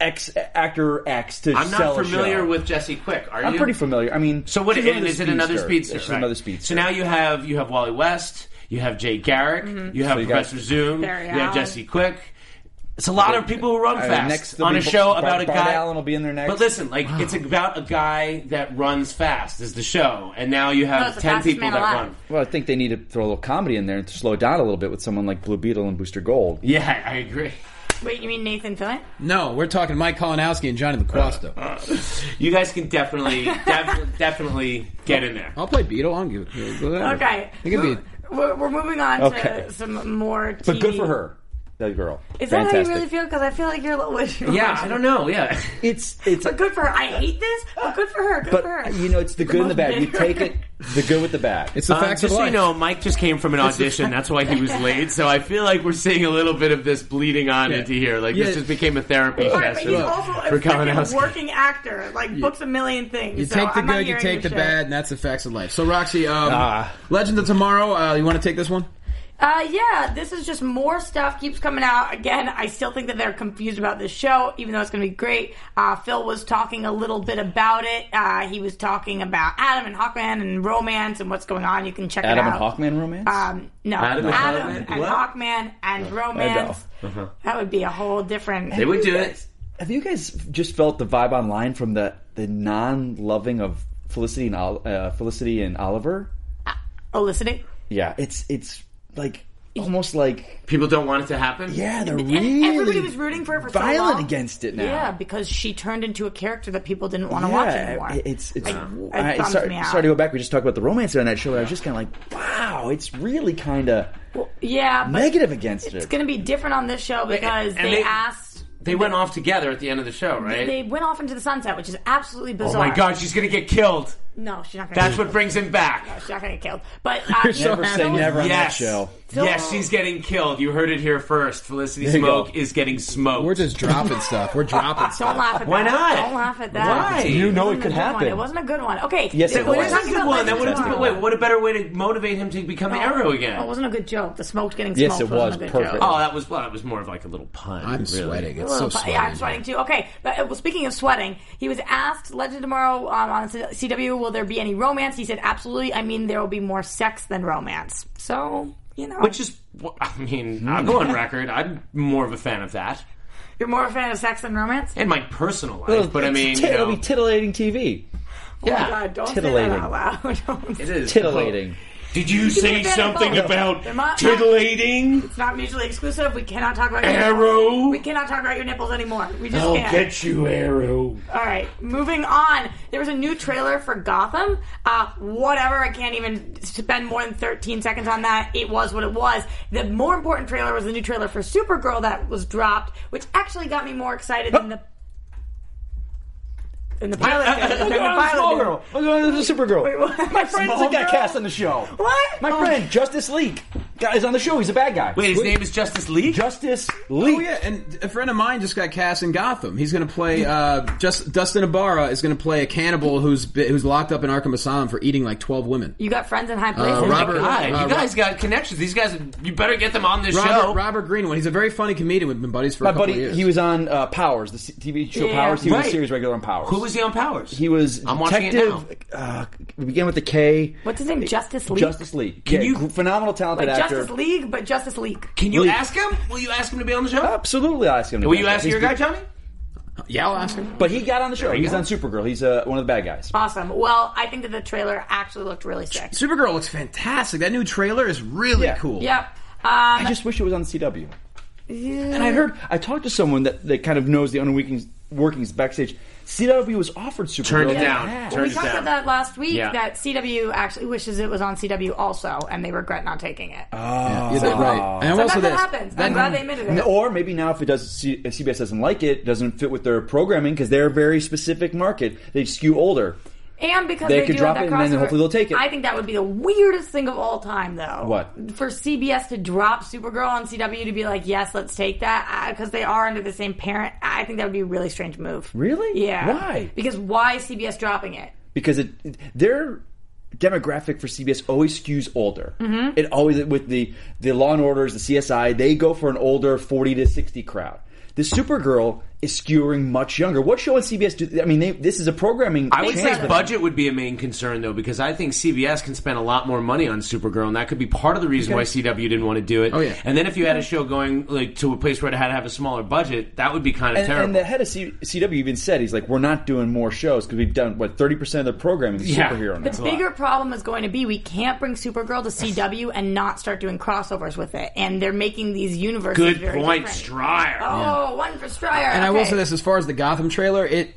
Speaker 3: X actor X to
Speaker 4: I'm
Speaker 3: sell
Speaker 4: not
Speaker 3: a
Speaker 4: familiar
Speaker 3: show.
Speaker 4: with Jesse Quick. Are
Speaker 3: I'm
Speaker 4: you?
Speaker 3: pretty familiar. I mean,
Speaker 4: So what
Speaker 3: she's
Speaker 4: is
Speaker 3: another
Speaker 4: it? Another speedster.
Speaker 3: She's
Speaker 4: right.
Speaker 3: another speedster.
Speaker 4: So now you have you have Wally West, you have Jay Garrick, you have
Speaker 3: you got
Speaker 4: Professor Zoom,
Speaker 5: Mm-hmm. Barry
Speaker 4: you have
Speaker 5: Allen.
Speaker 4: Jesse Quick. It's a lot of people who run
Speaker 3: I mean,
Speaker 4: fast
Speaker 3: Uh, next there'll
Speaker 4: on a
Speaker 3: be
Speaker 4: show
Speaker 3: Bart-
Speaker 4: about a
Speaker 3: Bart
Speaker 4: guy.
Speaker 3: Allen will be in there next.
Speaker 4: But listen, like it's about a guy that runs fast is the show, and now you
Speaker 5: No,
Speaker 4: have
Speaker 5: it's the
Speaker 4: ten
Speaker 5: fastest
Speaker 4: people
Speaker 5: man
Speaker 4: that
Speaker 5: alive.
Speaker 4: run.
Speaker 3: Well, I think they need to throw a little comedy in there and slow it down a little bit with someone like Blue Beetle and Booster Gold.
Speaker 4: Yeah, I agree.
Speaker 5: Wait, you mean Nathan Fillion?
Speaker 2: no, we're talking Mike Kalinowski and Johnny LaQuasta.
Speaker 4: You guys can definitely, def- definitely get in there.
Speaker 2: I'll play Beetle. I'll give it.
Speaker 5: Okay,
Speaker 2: it could be.
Speaker 5: We're, we're moving on
Speaker 3: Okay.
Speaker 5: to some more. TV.
Speaker 3: But good for her, that girl.
Speaker 5: Is that
Speaker 3: Fantastic.
Speaker 5: how you really feel? Because I feel like you're a little.
Speaker 4: Yeah, I don't know. Yeah,
Speaker 3: It's it's.
Speaker 5: But good for her. I hate this, but good for her. Good for her.
Speaker 3: But you know, it's the good and the bad. You
Speaker 5: bitter.
Speaker 3: take it, the good with the bad.
Speaker 2: It's the
Speaker 4: Uh,
Speaker 2: facts
Speaker 4: just
Speaker 2: of
Speaker 4: so
Speaker 2: life.
Speaker 4: you know, Mike just came from an audition. That's why he was late. So I feel like we're seeing a little bit of this bleeding on
Speaker 2: Yeah.
Speaker 4: into here. Like
Speaker 2: Yeah.
Speaker 4: this just became a therapy
Speaker 5: All right,
Speaker 4: session
Speaker 5: but he's also
Speaker 4: for
Speaker 5: a
Speaker 4: Kalinowski.
Speaker 5: freaking working actor. Like books a million things.
Speaker 2: You
Speaker 5: so
Speaker 2: take the
Speaker 5: I'm not
Speaker 2: good, you
Speaker 5: hearing
Speaker 2: take the
Speaker 5: your shit.
Speaker 2: bad, and that's the facts of life. So, Roxy, um,
Speaker 4: Ah.
Speaker 2: Legend of Tomorrow, uh, you want to take this one?
Speaker 5: Uh, yeah, this is just more stuff keeps coming out. Again, I still think that they're confused about this show, even though it's going to be great. Uh, Phil was talking a little bit about it. Uh, he was talking about Adam and Hawkman and romance and what's going on. You can check
Speaker 3: Adam
Speaker 5: it
Speaker 3: and
Speaker 5: out.
Speaker 3: Hawkman romance.
Speaker 5: Um, no,
Speaker 4: Adam
Speaker 5: Adam,
Speaker 4: and
Speaker 5: and,
Speaker 4: Hawkman? What?
Speaker 5: Hawkman
Speaker 3: Oh,
Speaker 5: and romance.
Speaker 3: Uh-huh.
Speaker 5: That would be a whole different.
Speaker 4: They would do it.
Speaker 3: Have you guys just felt the vibe online from the the non loving of Felicity and Ol- uh, Felicity and Oliver.
Speaker 5: Olicity.
Speaker 3: Yeah, it's it's like almost like
Speaker 4: People don't want it to happen.
Speaker 3: yeah, they're
Speaker 5: And
Speaker 3: really
Speaker 5: everybody was rooting for it for so
Speaker 3: violent
Speaker 5: long.
Speaker 3: against it now.
Speaker 5: Yeah, because she turned into a character that people didn't want to
Speaker 3: Yeah,
Speaker 5: watch anymore.
Speaker 3: it- It's it's.
Speaker 5: it
Speaker 3: I,
Speaker 5: bums
Speaker 3: sorry,
Speaker 5: me out.
Speaker 3: sorry to go back. We just talked about the romance on that show, and I was just kind of like, wow, it's really kind of
Speaker 5: yeah, but
Speaker 3: negative against
Speaker 5: it's
Speaker 3: it.
Speaker 5: going to be different on this show because
Speaker 4: and
Speaker 5: they,
Speaker 4: they-
Speaker 5: asked.
Speaker 4: They went off together at the end of the show, right?
Speaker 5: They went off into the sunset, which is absolutely
Speaker 4: oh
Speaker 5: bizarre.
Speaker 4: my god, she's gonna get killed.
Speaker 5: No, she's not going to.
Speaker 4: That's what brings him back.
Speaker 5: She's not going to get killed. But uh,
Speaker 3: You're so Never happy. say never on that
Speaker 4: Yes.
Speaker 3: show.
Speaker 4: Yes, she's getting killed. You heard it here first. Felicity
Speaker 3: There you go.
Speaker 4: Smoke is getting smoked.
Speaker 2: We're just dropping stuff. We're dropping
Speaker 5: Don't
Speaker 2: stuff.
Speaker 5: laugh at
Speaker 4: Why
Speaker 5: that.
Speaker 4: not?
Speaker 5: Don't laugh at that.
Speaker 4: Why?
Speaker 3: You know it
Speaker 5: wasn't a
Speaker 3: could
Speaker 5: good one.
Speaker 3: happen.
Speaker 5: It wasn't a good one. Okay.
Speaker 3: Yes, it
Speaker 5: we're
Speaker 3: was.
Speaker 5: talking
Speaker 4: That's a good
Speaker 5: about
Speaker 4: one. That
Speaker 5: Legends
Speaker 4: would
Speaker 5: of
Speaker 4: have been,
Speaker 5: Tomorrow.
Speaker 4: wait, what a better way to motivate him to become Arrow again?
Speaker 5: Oh, it wasn't a good joke. The smoked getting
Speaker 3: Yes,
Speaker 5: smoked.
Speaker 3: it was.
Speaker 5: wasn't a good
Speaker 3: Perfect.
Speaker 5: joke.
Speaker 4: Oh, that was well, that was more of like a little pun.
Speaker 2: I'm
Speaker 4: really.
Speaker 2: sweating. It's so
Speaker 5: Well, but-
Speaker 2: sweaty.
Speaker 5: yeah, I'm sweating too. Okay, but uh, well, speaking of sweating, he was asked Legend of Tomorrow um, on CW, will there be any romance? He said, absolutely. I mean, there will be more sex than romance. So you know,
Speaker 4: Which is, well, I mean, I'll go on record. I'm more of a fan of that
Speaker 5: you're more a fan of sex than romance.
Speaker 4: in my personal life. but I
Speaker 3: It's
Speaker 4: mean,
Speaker 3: tit-
Speaker 4: you know,
Speaker 3: it'll be titillating TV.
Speaker 4: yeah,
Speaker 5: Oh God, don't say
Speaker 3: Titillating.
Speaker 5: that out loud.
Speaker 4: it is
Speaker 3: Titillating.
Speaker 6: Did you say
Speaker 5: a bad
Speaker 6: something
Speaker 5: vote.
Speaker 6: about
Speaker 5: They're not-
Speaker 6: titillating?
Speaker 5: it's not mutually exclusive. We cannot talk about your
Speaker 6: Arrow?
Speaker 5: We cannot talk about your nipples anymore. We just
Speaker 6: I'll
Speaker 5: can't.
Speaker 6: get you, Arrow.
Speaker 5: All right, moving on. There was a new trailer for Gotham. Uh, whatever, I can't even spend more than 13 seconds on that. It was what it was. The more important trailer was the new trailer for Supergirl that was dropped, which actually got me more excited than the. than the pilot. did, than the pilot
Speaker 4: Oh,
Speaker 5: did.
Speaker 3: Look at the Supergirl.
Speaker 5: what?
Speaker 3: My friend's
Speaker 5: Small
Speaker 3: that got
Speaker 5: girl?
Speaker 3: cast on the show.
Speaker 5: What?
Speaker 3: My
Speaker 5: Oh.
Speaker 3: friend Justice League guy is on the show. He's a bad guy.
Speaker 4: Wait, his name is Justice League.
Speaker 3: Justice
Speaker 2: Oh
Speaker 3: League.
Speaker 2: yeah, and a friend of mine just got cast in Gotham. He's going to play uh, just Dustin Ibarra is going to play a cannibal who's be- who's locked up in Arkham Asylum for eating like twelve women.
Speaker 5: You got friends in high places.
Speaker 2: Uh, Robert-
Speaker 4: God,
Speaker 2: Uh,
Speaker 4: you guys got connections. These guys, you better get them on this show.
Speaker 2: Robert, Robert Greenwood, he's a very funny comedian. We've been buddies for a
Speaker 3: My
Speaker 2: couple
Speaker 3: buddy,
Speaker 2: of years.
Speaker 3: he was on uh, Powers, the C- TV show
Speaker 5: Yeah.
Speaker 3: Powers. He was
Speaker 4: Oh, Right.
Speaker 3: a series regular on Powers.
Speaker 4: Who was he on Powers?
Speaker 3: He was
Speaker 4: I'm watching it
Speaker 3: detective. Uh, we begin with the K.
Speaker 5: What's his name? Justice League.
Speaker 3: Justice League.
Speaker 4: Can
Speaker 3: yeah,
Speaker 4: you-
Speaker 3: gr- phenomenal talented
Speaker 5: Like
Speaker 3: actor.
Speaker 5: Justice League, but Justice League.
Speaker 4: Can you
Speaker 3: League.
Speaker 4: ask him? Will you ask him to be on the show?
Speaker 3: Absolutely, I'll ask him. to
Speaker 4: Will
Speaker 3: be
Speaker 4: you
Speaker 3: on the
Speaker 4: ask
Speaker 3: show.
Speaker 4: your
Speaker 3: He's
Speaker 4: guy, Johnny?
Speaker 2: yeah, I'll ask him.
Speaker 3: But he got on the show.
Speaker 4: you
Speaker 3: He's
Speaker 4: go.
Speaker 3: on Supergirl. He's uh, one of the bad guys.
Speaker 5: Awesome. Well, I think that the trailer actually looked really sick.
Speaker 2: Supergirl looks fantastic. That new trailer is really
Speaker 3: Yeah.
Speaker 2: cool.
Speaker 5: Yep.
Speaker 3: I
Speaker 5: Um,
Speaker 3: just wish it was on CW. And I heard I talked to someone that, that kind of knows the inner workings, workings backstage. CW was offered Supergirl.
Speaker 4: Turned it
Speaker 3: Yeah.
Speaker 4: down. Turned
Speaker 5: we
Speaker 4: it
Speaker 5: talked
Speaker 4: down.
Speaker 5: about that last week
Speaker 4: Yeah.
Speaker 5: that CW actually wishes it was on CW also, and they regret not taking it.
Speaker 4: Oh.
Speaker 2: Yeah, that- right. And
Speaker 5: Sometimes
Speaker 2: also
Speaker 5: that
Speaker 2: this-
Speaker 5: Oh. happens.
Speaker 2: that-
Speaker 5: I'm glad they admitted it.
Speaker 3: And- Or maybe now, if it does, C- if CBS doesn't like it, doesn't fit with their programming because they're a very specific market. They skew older.
Speaker 5: and because
Speaker 3: They
Speaker 5: they,
Speaker 3: could
Speaker 5: do
Speaker 3: drop
Speaker 5: have
Speaker 3: it
Speaker 5: that
Speaker 3: and then
Speaker 5: crossover,
Speaker 3: hopefully they'll take it.
Speaker 5: I think that would be the weirdest thing of all time, though.
Speaker 3: What?
Speaker 5: For CBS to drop Supergirl on CW to be like, yes, let's take that, because they are under the same parent. I think that would be a really strange move.
Speaker 3: Really?
Speaker 5: Yeah.
Speaker 3: Why?
Speaker 5: Because why is CBS dropping it?
Speaker 3: because it their demographic for CBS always skews older. Mm-hmm. It always with the the Law and Orders, the CSI, they go for an older forty to sixty crowd. The Supergirl is skewing much younger. What show on CBS do? I mean, they, this is a programming.
Speaker 4: I would
Speaker 3: change
Speaker 4: say
Speaker 3: for them.
Speaker 4: budget would be a main concern though, because I think CBS can spend a lot more money on Supergirl, and that could be part of the reason why CW didn't want to do it.
Speaker 2: Oh, yeah.
Speaker 4: And then if you had a show going like to a place where it had to have a smaller budget, that would be kind of
Speaker 3: And,
Speaker 4: terrible.
Speaker 3: and the head of C, CW even said he's like, we're not doing more shows because we've done what thirty percent of the programming is
Speaker 4: Yeah.
Speaker 3: superhero now.
Speaker 5: The bigger problem is going to be we can't bring Supergirl to CW and not start doing crossovers with it, and they're making these universes.
Speaker 4: Good
Speaker 5: very
Speaker 4: point,
Speaker 5: different.
Speaker 4: Stryer.
Speaker 5: Oh, one for Stryer.
Speaker 2: And I will say this: as far as the Gotham trailer, it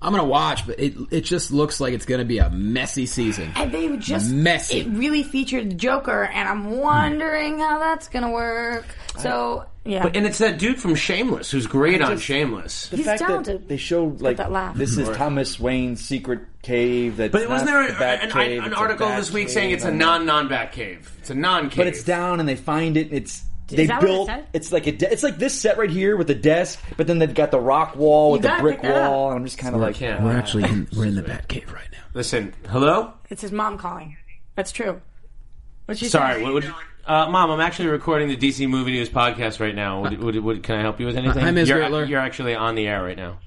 Speaker 2: I'm gonna watch, but it it just looks like it's gonna be a messy season.
Speaker 5: And they just
Speaker 2: Messy.
Speaker 5: It really featured Joker, and I'm wondering how that's gonna work. So yeah,
Speaker 4: But and it's that dude from Shameless who's great on Shameless.
Speaker 3: Oh. the
Speaker 5: He's
Speaker 3: fact
Speaker 5: talented.
Speaker 3: that they showed like
Speaker 5: that laugh.
Speaker 3: this is Thomas Wayne's secret cave. That
Speaker 4: But wasn't there an, an,
Speaker 3: cave,
Speaker 4: an article this week saying it's a non non bat cave? It's a non cave.
Speaker 3: but it's down and they find it and it's they
Speaker 5: that what it
Speaker 3: built
Speaker 5: said?
Speaker 3: it's like a de- it's like this set right here with the desk but then they've got the rock wall with the
Speaker 5: gotta
Speaker 3: brick
Speaker 5: pick that
Speaker 3: wall and I'm just kind of like
Speaker 4: Yeah.
Speaker 2: We're actually in, we're in the Batcave right now.
Speaker 4: Listen, hello.
Speaker 5: it's his mom calling. That's true. What'd she
Speaker 4: Sorry,
Speaker 5: say?
Speaker 4: what would you, uh, Mom? I'm actually recording the DC Movie News podcast right now. Would, would, would, can I help you with anything?
Speaker 2: hi, Ms.
Speaker 4: You're-
Speaker 2: Gertler.
Speaker 4: You're actually on the air right now.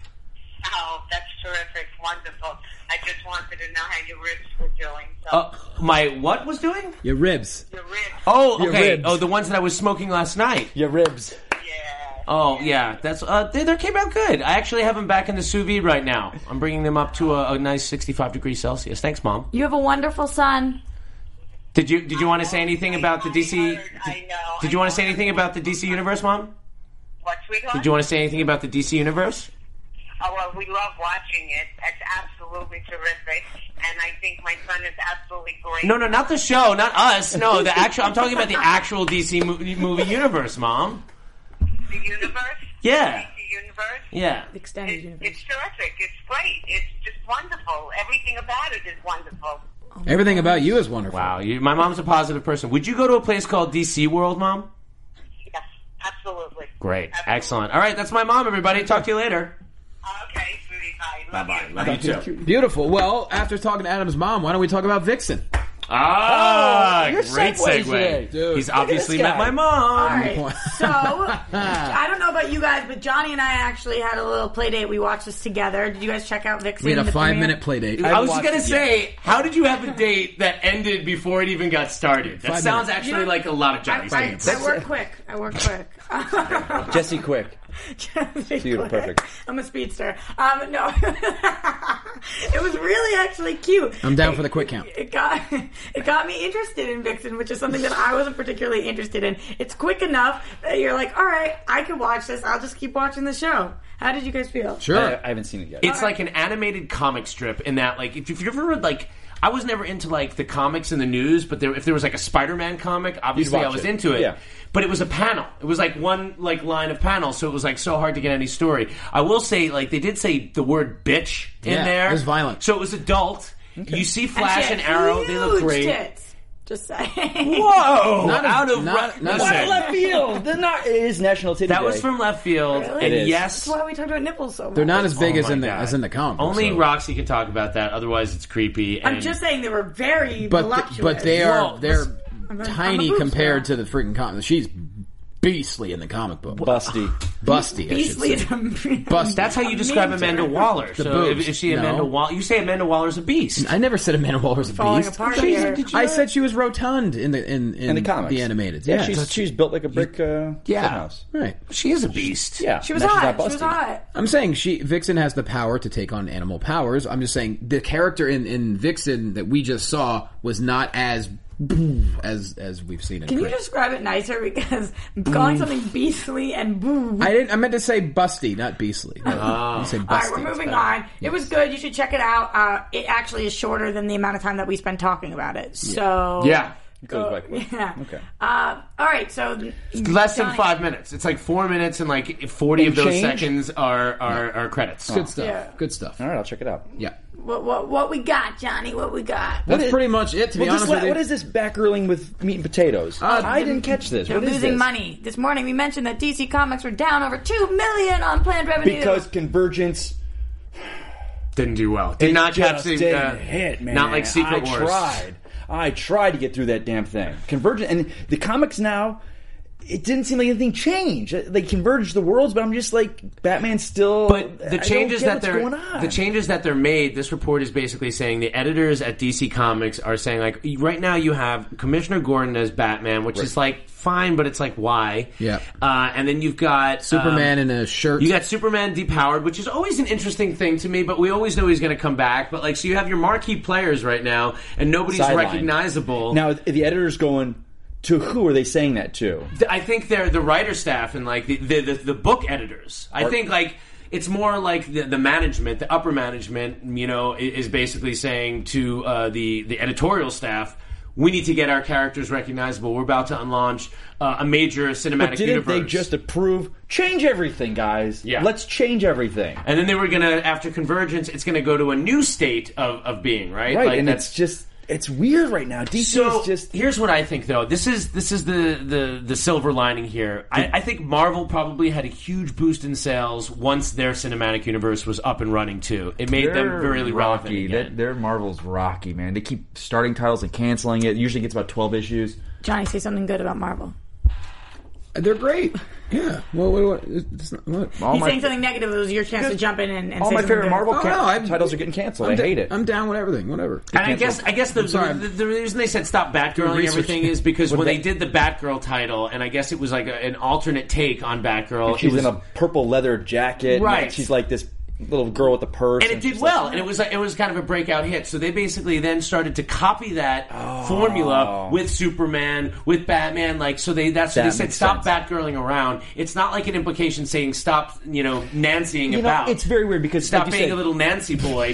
Speaker 7: Oh, that's terrific. Wonderful. I just wanted to know how your ribs were doing. So
Speaker 4: Uh, my what was doing?
Speaker 2: Your ribs.
Speaker 7: your ribs,
Speaker 4: Oh, okay.
Speaker 3: ribs.
Speaker 4: Oh, the ones that I was smoking last night.
Speaker 3: your ribs
Speaker 7: yeah.
Speaker 4: Oh yeah, that's uh, they, they came out good. I actually have them back in the sous vide right now. I'm bringing them up to a, a nice 65 degrees Celsius. Thanks, mom.
Speaker 5: You have a wonderful son.
Speaker 4: Did you did you want to say anything about the DC? Did, did you want to say anything about the DC universe, mom?
Speaker 7: What, sweetheart?
Speaker 4: Did you want to say anything about the DC universe?
Speaker 7: Oh, well, we love watching it. It's absolutely terrific. And I think my son is absolutely great.
Speaker 4: No, no, not the show, not us. No, the actual. I'm talking about the actual DC mo- movie universe, mom.
Speaker 7: The universe?
Speaker 4: Yeah.
Speaker 7: The universe?
Speaker 4: Yeah.
Speaker 7: It- it's terrific. It's great. It's just wonderful. Everything about it is wonderful.
Speaker 2: Everything about you is wonderful.
Speaker 4: Wow, you, my mom's a positive person. Would you go to a place called DC World, mom?
Speaker 7: Yes, absolutely.
Speaker 4: Great, excellent. All right, that's my mom. Everybody, talk to you later.
Speaker 7: Okay, sweetie, bye. Love
Speaker 4: Bye-bye.
Speaker 7: you.
Speaker 4: Love you too.
Speaker 2: Beautiful. Well, after talking to Adam's mom, why don't we talk about Vixen?
Speaker 4: Ah,
Speaker 2: Oh, your
Speaker 4: great
Speaker 2: segues
Speaker 4: segue.
Speaker 2: today, dude.
Speaker 4: He's
Speaker 2: Look at
Speaker 4: obviously
Speaker 2: this guy.
Speaker 4: met my mom.
Speaker 5: All right. So I don't know about you guys, but Johnny and I actually had a little play date. We watched this together. Did you guys check out Vixen?
Speaker 2: We had a
Speaker 5: the
Speaker 2: five
Speaker 5: premiere?
Speaker 2: minute play date.
Speaker 4: I, was just gonna say, how did you have a date that ended before it even got started? That
Speaker 2: Five
Speaker 4: sounds
Speaker 2: minutes.
Speaker 4: actually like a lot of Johnny's
Speaker 5: I,
Speaker 4: dates.
Speaker 5: I, I work quick. I work quick.
Speaker 3: Jesse Quick.
Speaker 5: Beautiful,
Speaker 3: perfect.
Speaker 5: I'm a speedster. Um, no, it was really actually cute.
Speaker 2: I'm down for the quick count.
Speaker 5: It got it got me interested in Vixen, which is something that I wasn't particularly interested in. It's quick enough that you're like, all right, I can watch this. I'll just keep watching the show. How did you guys feel?
Speaker 3: I,
Speaker 2: Sure.
Speaker 3: I haven't seen it yet.
Speaker 4: It's like an animated comic strip in that, like, if, if you ever read, like, I was never into like the comics and the news, but there, if there was like a Spider-Man comic, obviously
Speaker 3: watch
Speaker 4: I was
Speaker 3: it.
Speaker 4: into it.
Speaker 3: Yeah.
Speaker 4: But it was a panel. It was like one like line of panel, so it was like so hard to get any story. I will say, like, they did say the word "bitch" in
Speaker 2: Yeah,
Speaker 4: there.
Speaker 2: it was violent.
Speaker 4: So it was adult. You see Flash
Speaker 5: she had
Speaker 4: and, Arrow; they look
Speaker 5: huge
Speaker 4: great.
Speaker 5: Tits. Just saying.
Speaker 4: Whoa!
Speaker 2: Not a-
Speaker 4: out of
Speaker 2: not-
Speaker 4: ru-
Speaker 2: not a-
Speaker 4: Listen,
Speaker 3: left field. They're not- it is National Titty
Speaker 4: that
Speaker 3: Day.
Speaker 4: was from left field,
Speaker 5: Really?
Speaker 3: It
Speaker 4: and
Speaker 3: is.
Speaker 4: yes,
Speaker 5: That's why we talked about nipples so much.
Speaker 2: They're not as big
Speaker 4: Oh
Speaker 2: as
Speaker 4: my
Speaker 2: in the
Speaker 4: God.
Speaker 2: as in the comic. book,
Speaker 4: only
Speaker 2: so-
Speaker 4: Roxy can talk about that. Otherwise, it's creepy. And
Speaker 5: I'm just saying they were very
Speaker 2: But
Speaker 5: voluptuous.
Speaker 2: but they are
Speaker 4: Well,
Speaker 2: they're
Speaker 5: I'm a-
Speaker 2: tiny
Speaker 5: I'm a boobs
Speaker 2: compared
Speaker 5: girl.
Speaker 2: to the freaking comic. She's beastly in the comic book.
Speaker 3: Busty.
Speaker 2: Busty. I should
Speaker 5: beastly.
Speaker 2: say.
Speaker 5: Busty.
Speaker 2: Busty.
Speaker 4: That's how you describe Amanda Waller. so
Speaker 2: boobs.
Speaker 4: if, if she
Speaker 2: No.
Speaker 4: Amanda Waller, you say Amanda Waller's a beast.
Speaker 2: I never said Amanda Waller's a
Speaker 5: Falling
Speaker 2: beast.
Speaker 5: apart
Speaker 2: She's-
Speaker 5: here.
Speaker 2: I said she was rotund in the in, in,
Speaker 3: In the comics.
Speaker 2: the animated.
Speaker 3: Yeah,
Speaker 2: Yeah,
Speaker 3: she's, she's built like a brick uh, house.
Speaker 2: right.
Speaker 4: she is a beast.
Speaker 3: Yeah.
Speaker 5: She was
Speaker 3: now she's
Speaker 5: hot.
Speaker 3: not
Speaker 5: She was
Speaker 3: busty.
Speaker 5: hot.
Speaker 2: I'm saying she Vixen has the power to take on animal powers. I'm just saying the character in, in Vixen that we just saw was not as as as we've seen it.
Speaker 5: Can you describe it nicer? Because calling something beastly and boo.
Speaker 2: I didn't. I meant to say busty, not beastly. No,
Speaker 4: Ah.
Speaker 2: I said busty.
Speaker 5: All right, we're moving on. It was good. You should check it out. Uh, it actually is shorter than the amount of time that we spend talking about it. So
Speaker 4: Yeah.
Speaker 3: Goes back with-
Speaker 5: yeah.
Speaker 3: Okay.
Speaker 5: Uh, all right. So
Speaker 4: Less than
Speaker 5: Johnny-
Speaker 4: five minutes. It's like four minutes and like forty
Speaker 3: And
Speaker 4: of those
Speaker 3: change? Oh.
Speaker 4: seconds are are, are credits.
Speaker 2: Good stuff.
Speaker 5: Yeah.
Speaker 2: Good stuff.
Speaker 4: Um,
Speaker 3: All right, I'll check it out.
Speaker 2: Yeah,
Speaker 5: What, what what we got, Johnny? What we got?
Speaker 2: that's
Speaker 3: is-
Speaker 2: pretty much it. To be
Speaker 3: Well,
Speaker 2: honest
Speaker 3: this, la-
Speaker 2: with you, Uh,
Speaker 3: what is this backgrilling with meat and potatoes? I didn't catch this.
Speaker 5: They're
Speaker 3: What is
Speaker 5: losing
Speaker 3: this?
Speaker 5: money. This morning we mentioned that DC Comics were down over two million on planned revenue.
Speaker 3: Because convergence.
Speaker 4: Didn't do well. Did not catch
Speaker 3: just
Speaker 4: the
Speaker 3: didn't
Speaker 4: uh,
Speaker 3: hit, man.
Speaker 4: Not like Secret
Speaker 3: I
Speaker 4: Wars.
Speaker 3: tried. I tried to get through that damn thing. Convergence and the comics now. It didn't seem like anything changed. Uh, They converged the worlds, but I'm just like Batman still.
Speaker 4: But
Speaker 3: I
Speaker 4: the
Speaker 3: don't
Speaker 4: changes
Speaker 3: get
Speaker 4: that
Speaker 3: what's
Speaker 4: they're
Speaker 3: going on.
Speaker 4: the changes that they're made. This report is basically saying the editors at DC Comics are saying like right now you have Commissioner Gordon as Batman, which is like fine, but it's like why?
Speaker 2: Yeah.
Speaker 4: Uh, and then you've got
Speaker 2: Superman
Speaker 4: um,
Speaker 2: in a shirt.
Speaker 4: You got Superman depowered, which is always an interesting thing to me, but we always know he's going to come back. But like, so you have your marquee players right now, and nobody's
Speaker 3: Sideline.
Speaker 4: recognizable.
Speaker 3: Now the editor's going. To who are they saying that to?
Speaker 4: Th- I think they're the writer staff and like the the, the, the book editors. I think like it's more like the, the management, the upper management, you know, i- is basically saying to uh, the the editorial staff. We need to get our characters recognizable. We're about to unlaunch uh, a major cinematic
Speaker 3: Didn't
Speaker 4: universe.
Speaker 3: they just approve? Change everything, guys.
Speaker 4: Yeah.
Speaker 3: Let's change everything.
Speaker 4: and then they were gonna, after convergence, it's gonna go to a new state of, of being, right?
Speaker 3: Right,
Speaker 4: Like,
Speaker 3: and
Speaker 4: that's
Speaker 3: it's just it's weird right now. DC
Speaker 4: so
Speaker 3: is just
Speaker 4: here's what I think though. This is this is the the, the silver lining here. I, I think Marvel probably had a huge boost in sales once their cinematic universe was up and running too. It made them really relevant
Speaker 8: rocky.
Speaker 4: again.
Speaker 8: That, their Marvel's rocky, man. They keep starting titles and canceling it. Usually gets about twelve issues.
Speaker 5: Johnny, say something good about Marvel.
Speaker 2: They're great. Yeah. Well, what, what, it's not, look.
Speaker 5: He's saying something negative. It was your chance to jump in and, and
Speaker 3: All
Speaker 5: say
Speaker 3: my
Speaker 5: something
Speaker 3: favorite
Speaker 5: good.
Speaker 3: Marvel ca-
Speaker 2: Oh, I'm-
Speaker 3: titles are getting canceled.
Speaker 2: I'm
Speaker 3: I
Speaker 2: da-
Speaker 3: hate it.
Speaker 2: I'm down with everything. Whatever.
Speaker 4: And I guess I guess the,
Speaker 2: sorry.
Speaker 4: the, the reason they said stop Batgirl and
Speaker 2: research.
Speaker 4: everything is because
Speaker 3: What
Speaker 4: when they,
Speaker 3: they-
Speaker 4: did the Batgirl title, and I guess it was like a, an alternate take on Batgirl.
Speaker 3: She's
Speaker 4: it was,
Speaker 3: in a purple leather jacket. and
Speaker 4: Right.
Speaker 3: She's like this little girl with a purse.
Speaker 4: and it did
Speaker 3: she's
Speaker 4: well, and it was like, it was kind of a breakout hit. So they basically then started to copy that
Speaker 3: Oh.
Speaker 4: formula with Superman, with Batman. Like so, they that's what
Speaker 3: That
Speaker 4: they said
Speaker 3: makes
Speaker 4: stop
Speaker 3: sense.
Speaker 4: Batgirling around. It's not like an implication saying stop, you know, Nancying
Speaker 3: You know,
Speaker 4: about.
Speaker 3: it's very weird because,
Speaker 4: stop
Speaker 3: like you
Speaker 4: being
Speaker 3: said-
Speaker 4: a little Nancy boy,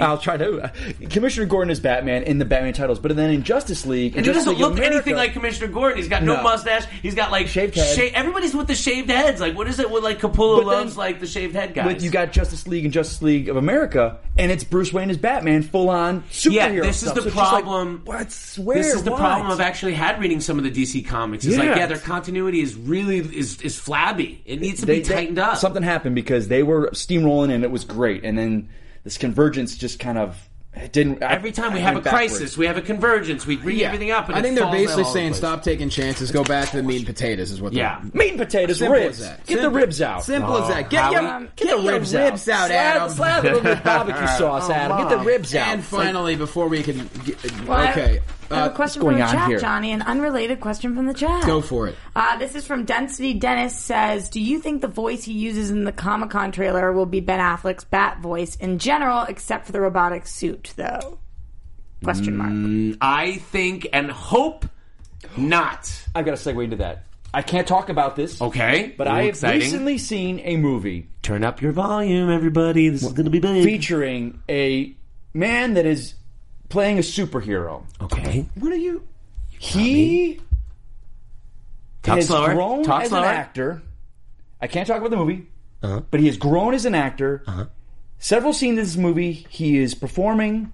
Speaker 3: I'll try to. uh, Commissioner Gordon is Batman in the Batman titles, but then in Justice League, in
Speaker 4: And he
Speaker 3: Justice
Speaker 4: doesn't
Speaker 3: League
Speaker 4: look anything like Commissioner Gordon. He's got no,
Speaker 3: No.
Speaker 4: mustache. He's got like
Speaker 3: Shaved head.
Speaker 4: sha- everybody's with the shaved heads. Like what is it? With like Capullo
Speaker 3: But then-
Speaker 4: loves like the shaved head guys.
Speaker 3: But you got Justice League and Justice League of America, and it's Bruce Wayne as Batman, full on superhero.
Speaker 4: yeah, this is
Speaker 3: stuff.
Speaker 4: the
Speaker 3: So it's just like,
Speaker 4: problem.
Speaker 3: what's where?
Speaker 4: this is the
Speaker 3: what?
Speaker 4: problem I've actually had reading some of the DC comics. It's
Speaker 3: Yeah.
Speaker 4: like yeah, their continuity is really is is flabby. It needs to
Speaker 3: They-
Speaker 4: be
Speaker 3: they-
Speaker 4: tightened up.
Speaker 3: Something happened because they were steamrolling and it was great, and then this convergence just kind of it didn't. I-
Speaker 4: Every time we
Speaker 3: I
Speaker 4: have a
Speaker 3: went backwards.
Speaker 4: crisis, we have a convergence. We bring everything up. And
Speaker 2: I
Speaker 4: it
Speaker 2: think they're
Speaker 4: falls
Speaker 2: basically
Speaker 4: all over the
Speaker 2: saying
Speaker 4: place.
Speaker 2: stop taking chances. Go back to the meat and potatoes is what. they're-
Speaker 4: Yeah.
Speaker 3: Meat and potatoes,
Speaker 2: Simple
Speaker 3: ribs.
Speaker 2: as that.
Speaker 3: Get the
Speaker 2: Simple-
Speaker 3: ribs out.
Speaker 2: Simple as that. Get,
Speaker 4: Howie.
Speaker 2: your,
Speaker 4: Um,
Speaker 2: get, your ribs, out,
Speaker 3: Slab,
Speaker 2: Adam. Oh
Speaker 3: slab it with barbecue sauce, Adam. Get the ribs out.
Speaker 2: And finally, before we can, get,
Speaker 5: Well,
Speaker 2: okay,
Speaker 5: I have
Speaker 2: uh,
Speaker 5: a question
Speaker 3: going
Speaker 5: from
Speaker 3: on
Speaker 5: the chat,
Speaker 3: here?
Speaker 5: Johnny. An unrelated question from the chat.
Speaker 2: go for it.
Speaker 5: Uh, this is from Density Dennis says, "Do you think the voice he uses in the Comic Con trailer will be Ben Affleck's Bat voice in general, except for the robotic suit, though?" Question mark.
Speaker 4: I think and hope not.
Speaker 3: I've got to segue into that. I can't talk about this.
Speaker 4: Okay,
Speaker 3: But
Speaker 4: Ooh,
Speaker 3: I have
Speaker 4: Oh, exciting.
Speaker 3: recently seen a movie
Speaker 4: turn up your volume, everybody. This is going to be big.
Speaker 3: featuring a man that is playing a superhero.
Speaker 4: Okay.
Speaker 2: What are you?
Speaker 3: He
Speaker 4: Talk
Speaker 3: has
Speaker 4: slower.
Speaker 3: grown
Speaker 4: Talk
Speaker 3: as
Speaker 4: slower. Uh-huh.
Speaker 3: an actor. I can't talk about the movie, but he has grown as an actor. Several scenes in this movie, he is performing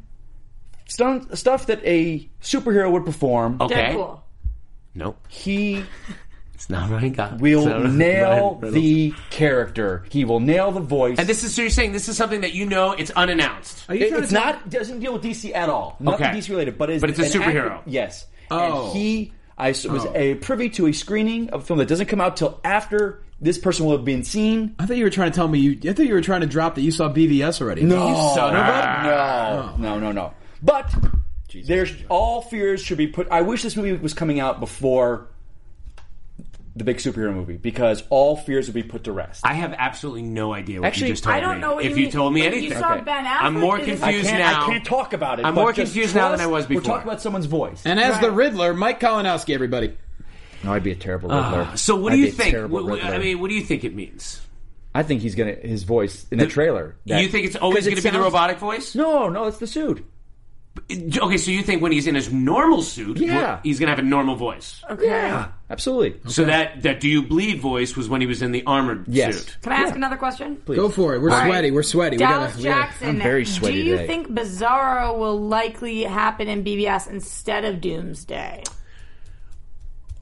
Speaker 3: stunt, stuff that a superhero would perform.
Speaker 4: Okay.
Speaker 5: Deadpool.
Speaker 4: Nope.
Speaker 3: He
Speaker 4: It's not Ryan Gosling.
Speaker 3: will
Speaker 4: It's not Ryan
Speaker 3: nail
Speaker 4: Reynolds.
Speaker 3: the character. He will nail the voice.
Speaker 4: And this is so you're saying this is something that you know it's unannounced.
Speaker 2: Are you
Speaker 3: It-
Speaker 2: trying
Speaker 3: it's
Speaker 2: to tell-
Speaker 3: not doesn't deal with DC at all. Nothing
Speaker 4: Okay.
Speaker 3: DC related, but it's,
Speaker 4: But it's a
Speaker 3: an
Speaker 4: superhero.
Speaker 3: actor- yes.
Speaker 2: Oh.
Speaker 3: And he I s- was
Speaker 2: Oh.
Speaker 3: a privy to a screening of a film that doesn't come out till after this person will have been seen.
Speaker 2: I thought you were trying to tell me you. I thought you were trying to drop that you saw BVS already. You son of a.
Speaker 3: no, no, no, no. But there's all fears should be put. I wish this movie was coming out before the big superhero movie because all fears would be put to rest.
Speaker 4: I have absolutely no idea what
Speaker 3: Actually,
Speaker 4: you just told
Speaker 5: I don't
Speaker 4: me.
Speaker 5: know what
Speaker 4: if
Speaker 5: you
Speaker 4: you,
Speaker 5: mean.
Speaker 4: told me
Speaker 5: When you
Speaker 4: anything.
Speaker 5: saw Okay. Ben Affleck,
Speaker 4: I'm more
Speaker 5: it is-
Speaker 4: confused
Speaker 5: I
Speaker 3: I can't,
Speaker 4: now.
Speaker 3: I can't talk about it.
Speaker 4: I'm
Speaker 3: but
Speaker 4: more
Speaker 3: just
Speaker 4: confused now than
Speaker 3: trust
Speaker 4: I was
Speaker 3: We're
Speaker 4: before.
Speaker 3: talking about someone's voice.
Speaker 2: And as the Riddler, Mike Kalinowski, everybody. Ah,
Speaker 3: No, I'd be a terrible Riddler.
Speaker 4: So what
Speaker 3: I'd
Speaker 4: do
Speaker 3: be a
Speaker 4: you think?
Speaker 3: terrible
Speaker 4: What- what- I
Speaker 3: Riddler.
Speaker 4: mean, what do you think it means?
Speaker 3: I think he's gonna his voice in the, trailer. that-
Speaker 4: you think it's always
Speaker 3: 'cause it
Speaker 4: going to be the
Speaker 3: sounds-
Speaker 4: robotic voice?
Speaker 3: No, no, it's the suit.
Speaker 4: Okay, so you think when he's in his normal suit,
Speaker 3: Yeah.
Speaker 4: what- he's going to have a normal voice.
Speaker 5: Okay.
Speaker 3: Yeah, absolutely.
Speaker 4: So that that do you bleed voice was when he was in the armored
Speaker 3: Yes.
Speaker 4: suit.
Speaker 5: Can I ask another question? Please.
Speaker 2: Go for it. We're
Speaker 5: right.
Speaker 2: sweaty. We're sweaty.
Speaker 5: Dallas
Speaker 2: we gotta,
Speaker 5: Jackson,
Speaker 3: I'm very sweaty
Speaker 5: do you
Speaker 3: today.
Speaker 5: think Bizarro will likely happen in BBS instead of Doomsday?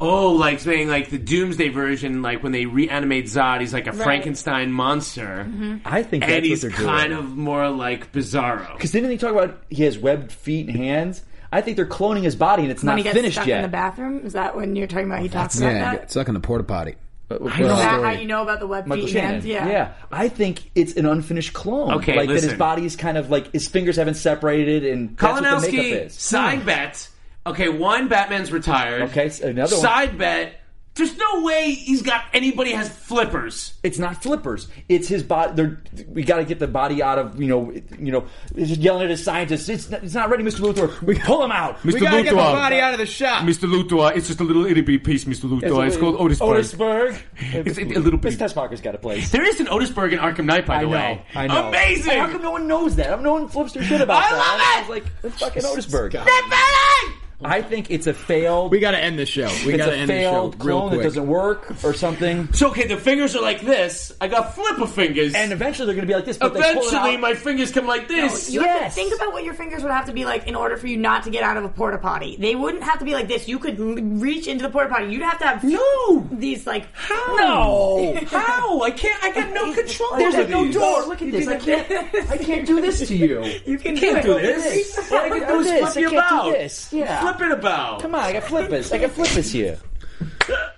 Speaker 4: Oh, like saying like the Doomsday version, like when they reanimate Zod, he's like a Frankenstein monster,
Speaker 5: Mm-hmm.
Speaker 3: I think that's
Speaker 4: and he's
Speaker 3: what they're
Speaker 4: kind
Speaker 3: doing.
Speaker 4: of more like Bizarro.
Speaker 3: Because didn't they talk about he has webbed feet and hands? I think they're cloning his body and it's
Speaker 5: When
Speaker 3: not
Speaker 5: he gets
Speaker 3: finished
Speaker 5: stuck
Speaker 3: yet.
Speaker 5: in the bathroom? Is that when you're talking about he talks
Speaker 2: we gotta,
Speaker 5: about
Speaker 2: yeah,
Speaker 5: that?
Speaker 2: get stuck in a porta potty.
Speaker 3: Uh,
Speaker 5: Is
Speaker 2: Well,
Speaker 5: that
Speaker 2: story.
Speaker 5: how you know about the web
Speaker 3: Michael
Speaker 5: feet
Speaker 3: Shannon.
Speaker 5: hands? Yeah.
Speaker 3: I think it's an unfinished clone.
Speaker 4: Okay,
Speaker 3: like that
Speaker 4: listen.
Speaker 3: his body is kind of like his fingers haven't separated and that's what the makeup
Speaker 4: Kalinowski
Speaker 3: is. Hmm.
Speaker 4: side bet. Okay, one Batman's retired.
Speaker 3: Okay, s- another one.
Speaker 4: side bet. There's no way he's got anybody has flippers.
Speaker 3: It's not flippers. It's his body. They're, we got to get the body out of you know, it- you know, it's just yelling at his scientists. It's not, it's not ready, Mister Luthor. We pull him out.
Speaker 2: We gotta get the body out of the shop.
Speaker 9: Mr. Luthor, it's just a little itty bitty piece, Mr. Luthor. It's, called Otis.
Speaker 3: Otisburg.
Speaker 9: It's a little bitty.
Speaker 3: Miss Tessmacher's got a place.
Speaker 4: There is an Otisburg in Arkham Knight, by
Speaker 3: I
Speaker 4: the
Speaker 3: know.
Speaker 4: way.
Speaker 3: I know.
Speaker 4: Amazing.
Speaker 3: And How come no one knows that? No one flips their shit about that.
Speaker 4: I love
Speaker 3: I was like, it's fucking Otisburg.
Speaker 4: Batman!
Speaker 3: I think it's a failed.
Speaker 2: We gotta end this show. We
Speaker 3: it's
Speaker 2: gotta
Speaker 3: a
Speaker 2: end this show
Speaker 3: failed
Speaker 2: real
Speaker 3: clone that
Speaker 2: quick.
Speaker 3: doesn't work or something.
Speaker 4: So okay, the fingers are like this. I got flipper fingers.
Speaker 3: And eventually they're going to be like this. But they pull it
Speaker 4: eventually,
Speaker 3: out.
Speaker 4: my fingers come like this.
Speaker 5: You have
Speaker 3: Yes.
Speaker 5: to think about what your fingers would have to be like in order for you not to get out of a porta potty. They wouldn't have to be like this. You could l- reach into the porta potty. You'd have to have
Speaker 4: No.
Speaker 5: these like
Speaker 4: How?
Speaker 5: no.
Speaker 4: How? I can't. I got no control.
Speaker 3: There's
Speaker 4: over
Speaker 3: like no
Speaker 4: these.
Speaker 3: door. Look at this. I can't. I can't do this to you.
Speaker 5: You can
Speaker 4: can't do
Speaker 5: it.
Speaker 4: this. All I can
Speaker 3: I
Speaker 4: do is
Speaker 3: did.
Speaker 4: flip
Speaker 3: I
Speaker 4: you
Speaker 3: can't do
Speaker 4: about.
Speaker 3: this. Yeah.
Speaker 4: Flip it about.
Speaker 3: Come on, I got flippers. I got flippers here.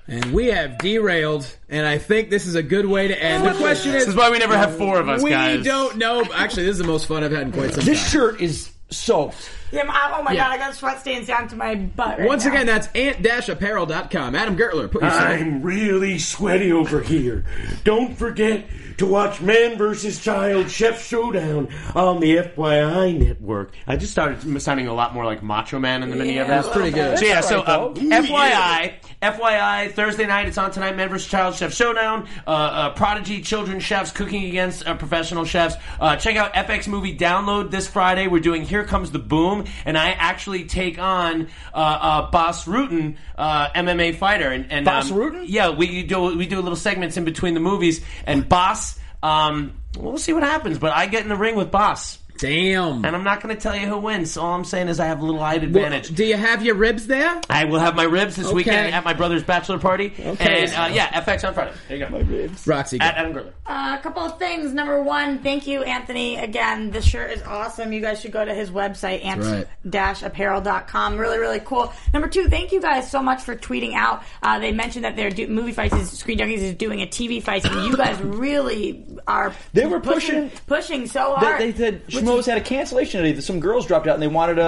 Speaker 2: And we have derailed, and I think this is a good way to end. The question is,
Speaker 4: This is why we never have four of us,
Speaker 2: we
Speaker 4: guys.
Speaker 2: don't know. Actually, this is the most fun I've had in quite some time.
Speaker 3: This shirt is soaked.
Speaker 5: Yeah, my, oh my
Speaker 2: Yeah.
Speaker 5: god, I got sweat stains down to my butt. Right
Speaker 2: Once
Speaker 5: now.
Speaker 2: again, that's ant-apparel.com. Adam Gertler, put yourself.
Speaker 6: I'm really sweaty over here. Don't forget to watch Man vs. Child Chef Showdown on the FYI network.
Speaker 4: I just started m- sounding a lot more like Macho Man in the mini of
Speaker 2: that's pretty good.
Speaker 4: So yeah,
Speaker 2: That's
Speaker 4: so
Speaker 2: all
Speaker 4: uh,
Speaker 2: right, though.
Speaker 4: FYI, FYI, Thursday night it's on tonight. Man vs. Child Chef Showdown. Uh, uh, Prodigy Children Chefs cooking against uh, professional chefs. Uh, check out FX Movie Download this Friday. We're doing Here Comes the Boom, and I actually take on uh, uh, Boss Rutan, uh, MMA fighter, and, and
Speaker 3: Boss
Speaker 4: um,
Speaker 3: Rutan?
Speaker 4: Yeah, we do we do little segments in between the movies, and Boss. Um, we'll see what happens, but I get in the ring with Boss.
Speaker 2: Damn.
Speaker 4: And I'm not going to tell you who wins. All I'm saying is I have a little height
Speaker 2: Well,
Speaker 4: advantage.
Speaker 2: do you have your ribs there?
Speaker 4: I will have my ribs this
Speaker 2: Okay.
Speaker 4: weekend at my brother's bachelor party.
Speaker 2: Okay.
Speaker 4: And uh, yeah, FX on Friday. There you go. My ribs.
Speaker 2: Roxy.
Speaker 4: At Adam Gertler.
Speaker 5: Uh, a couple of things. Number one, thank you, Anthony. Again, this shirt is awesome. You guys should go to his website,
Speaker 2: right.
Speaker 5: amp-apparel.com. Really, really cool. Number two, thank you guys so much for tweeting out. Uh, they mentioned that their do- movie fights, is, Screen Junkies is doing a TV fight, and you guys really are
Speaker 3: They were
Speaker 5: pushing
Speaker 3: pushing-
Speaker 5: pushing so hard.
Speaker 3: They, they said
Speaker 5: Which
Speaker 3: Schmoes had a cancellation today. that Some girls dropped out and they wanted a,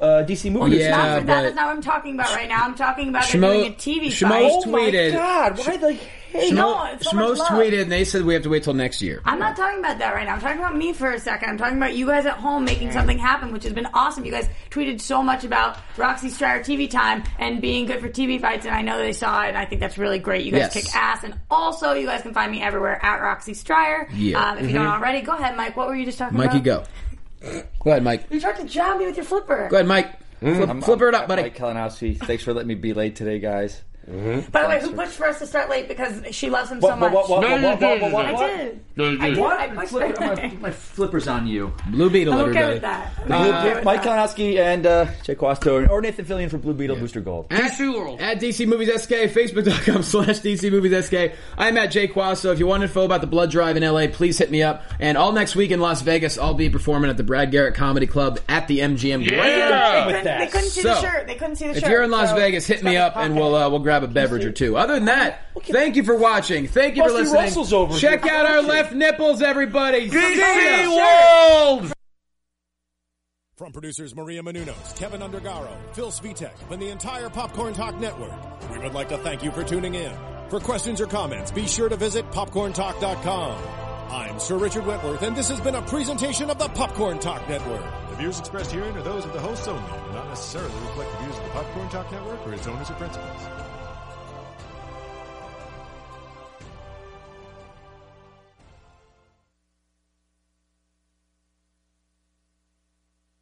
Speaker 3: a, a DC movie.
Speaker 2: Yeah,
Speaker 5: That's- that
Speaker 2: but-
Speaker 5: is not what I'm talking about right now. I'm talking about
Speaker 2: Schmo-
Speaker 5: they're doing a TV
Speaker 2: Schmo's
Speaker 5: fight.
Speaker 2: Oh my tweeted-
Speaker 3: God, why the hate?
Speaker 5: No, it's so much
Speaker 2: Schmoes
Speaker 5: love.
Speaker 2: tweeted, and they said we have to wait till next year.
Speaker 5: I'm not talking about that right now. I'm talking about me for a second. I'm talking about you guys at home making something happen, which has been awesome. You guys tweeted so much about Roxy Stryer TV time and being good for TV fights, and I know they saw it, and I think that's really great. You
Speaker 2: Yes.
Speaker 5: guys kick ass, and also you guys can find me everywhere at Roxy Stryer.
Speaker 2: Yeah. Mm-hmm.
Speaker 5: Um, if you don't already, go ahead, Mike. What were you just talking
Speaker 2: Mikey,
Speaker 5: about?
Speaker 2: go. Go ahead, Mike.
Speaker 5: You tried to jab me with your flipper.
Speaker 2: Go ahead, Mike.
Speaker 4: Mm,
Speaker 2: Flip, flip her it up, buddy.
Speaker 3: Mike Kalinowski, thanks for letting me be late today, guys.
Speaker 5: By the way, who pushed for us to start late because she loves him so
Speaker 3: What-
Speaker 5: much?
Speaker 3: what- what- what- what- what- what- what-
Speaker 5: I did.
Speaker 4: you
Speaker 5: I
Speaker 4: did.
Speaker 5: did. I pushed for
Speaker 3: Flip- my,
Speaker 5: it.
Speaker 3: my flippers on you.
Speaker 2: Blue Beetle,
Speaker 5: I'm okay
Speaker 2: everybody.
Speaker 5: with that. I'm okay
Speaker 3: Blue-
Speaker 5: with
Speaker 3: Mike
Speaker 5: that.
Speaker 3: Kalinowski and uh, Jay Quasto or Nathan Fillion for Blue Beetle Booster Gold.
Speaker 2: DC At DC Movies SK, Facebook.com slash DC Movies SK. I'm at Jake Quasso. If you want info about the blood drive in LA, please hit me up. And all next week in Las Vegas, I'll be performing at the Brad Garrett Comedy Club at the MGM Grand.
Speaker 5: They couldn't, they couldn't see the
Speaker 2: So,
Speaker 5: shirt. They couldn't see the shirt.
Speaker 2: If you're in Las
Speaker 5: so
Speaker 2: Vegas, hit
Speaker 5: it's
Speaker 2: me
Speaker 5: not
Speaker 2: up and
Speaker 5: pocket.
Speaker 2: we'll uh, we'll grab a beverage or two. Other than that, thank you for watching. Thank you for
Speaker 3: Busty
Speaker 2: listening.
Speaker 3: Russell's over here.
Speaker 2: Check out our left nipples, everybody. See ya.
Speaker 4: World!
Speaker 10: From producers Maria Menunos, Kevin Undergaro, Phil Svitek, and the entire Popcorn Talk Network, we would like to thank you for tuning in. For questions or comments, be sure to visit popcorntalk.com. I'm Sir Richard Wentworth, and this has been a presentation of the Popcorn Talk Network.
Speaker 11: The views expressed herein are those of the hosts only and do not necessarily reflect the views of the Popcorn Talk Network or its owners or principals.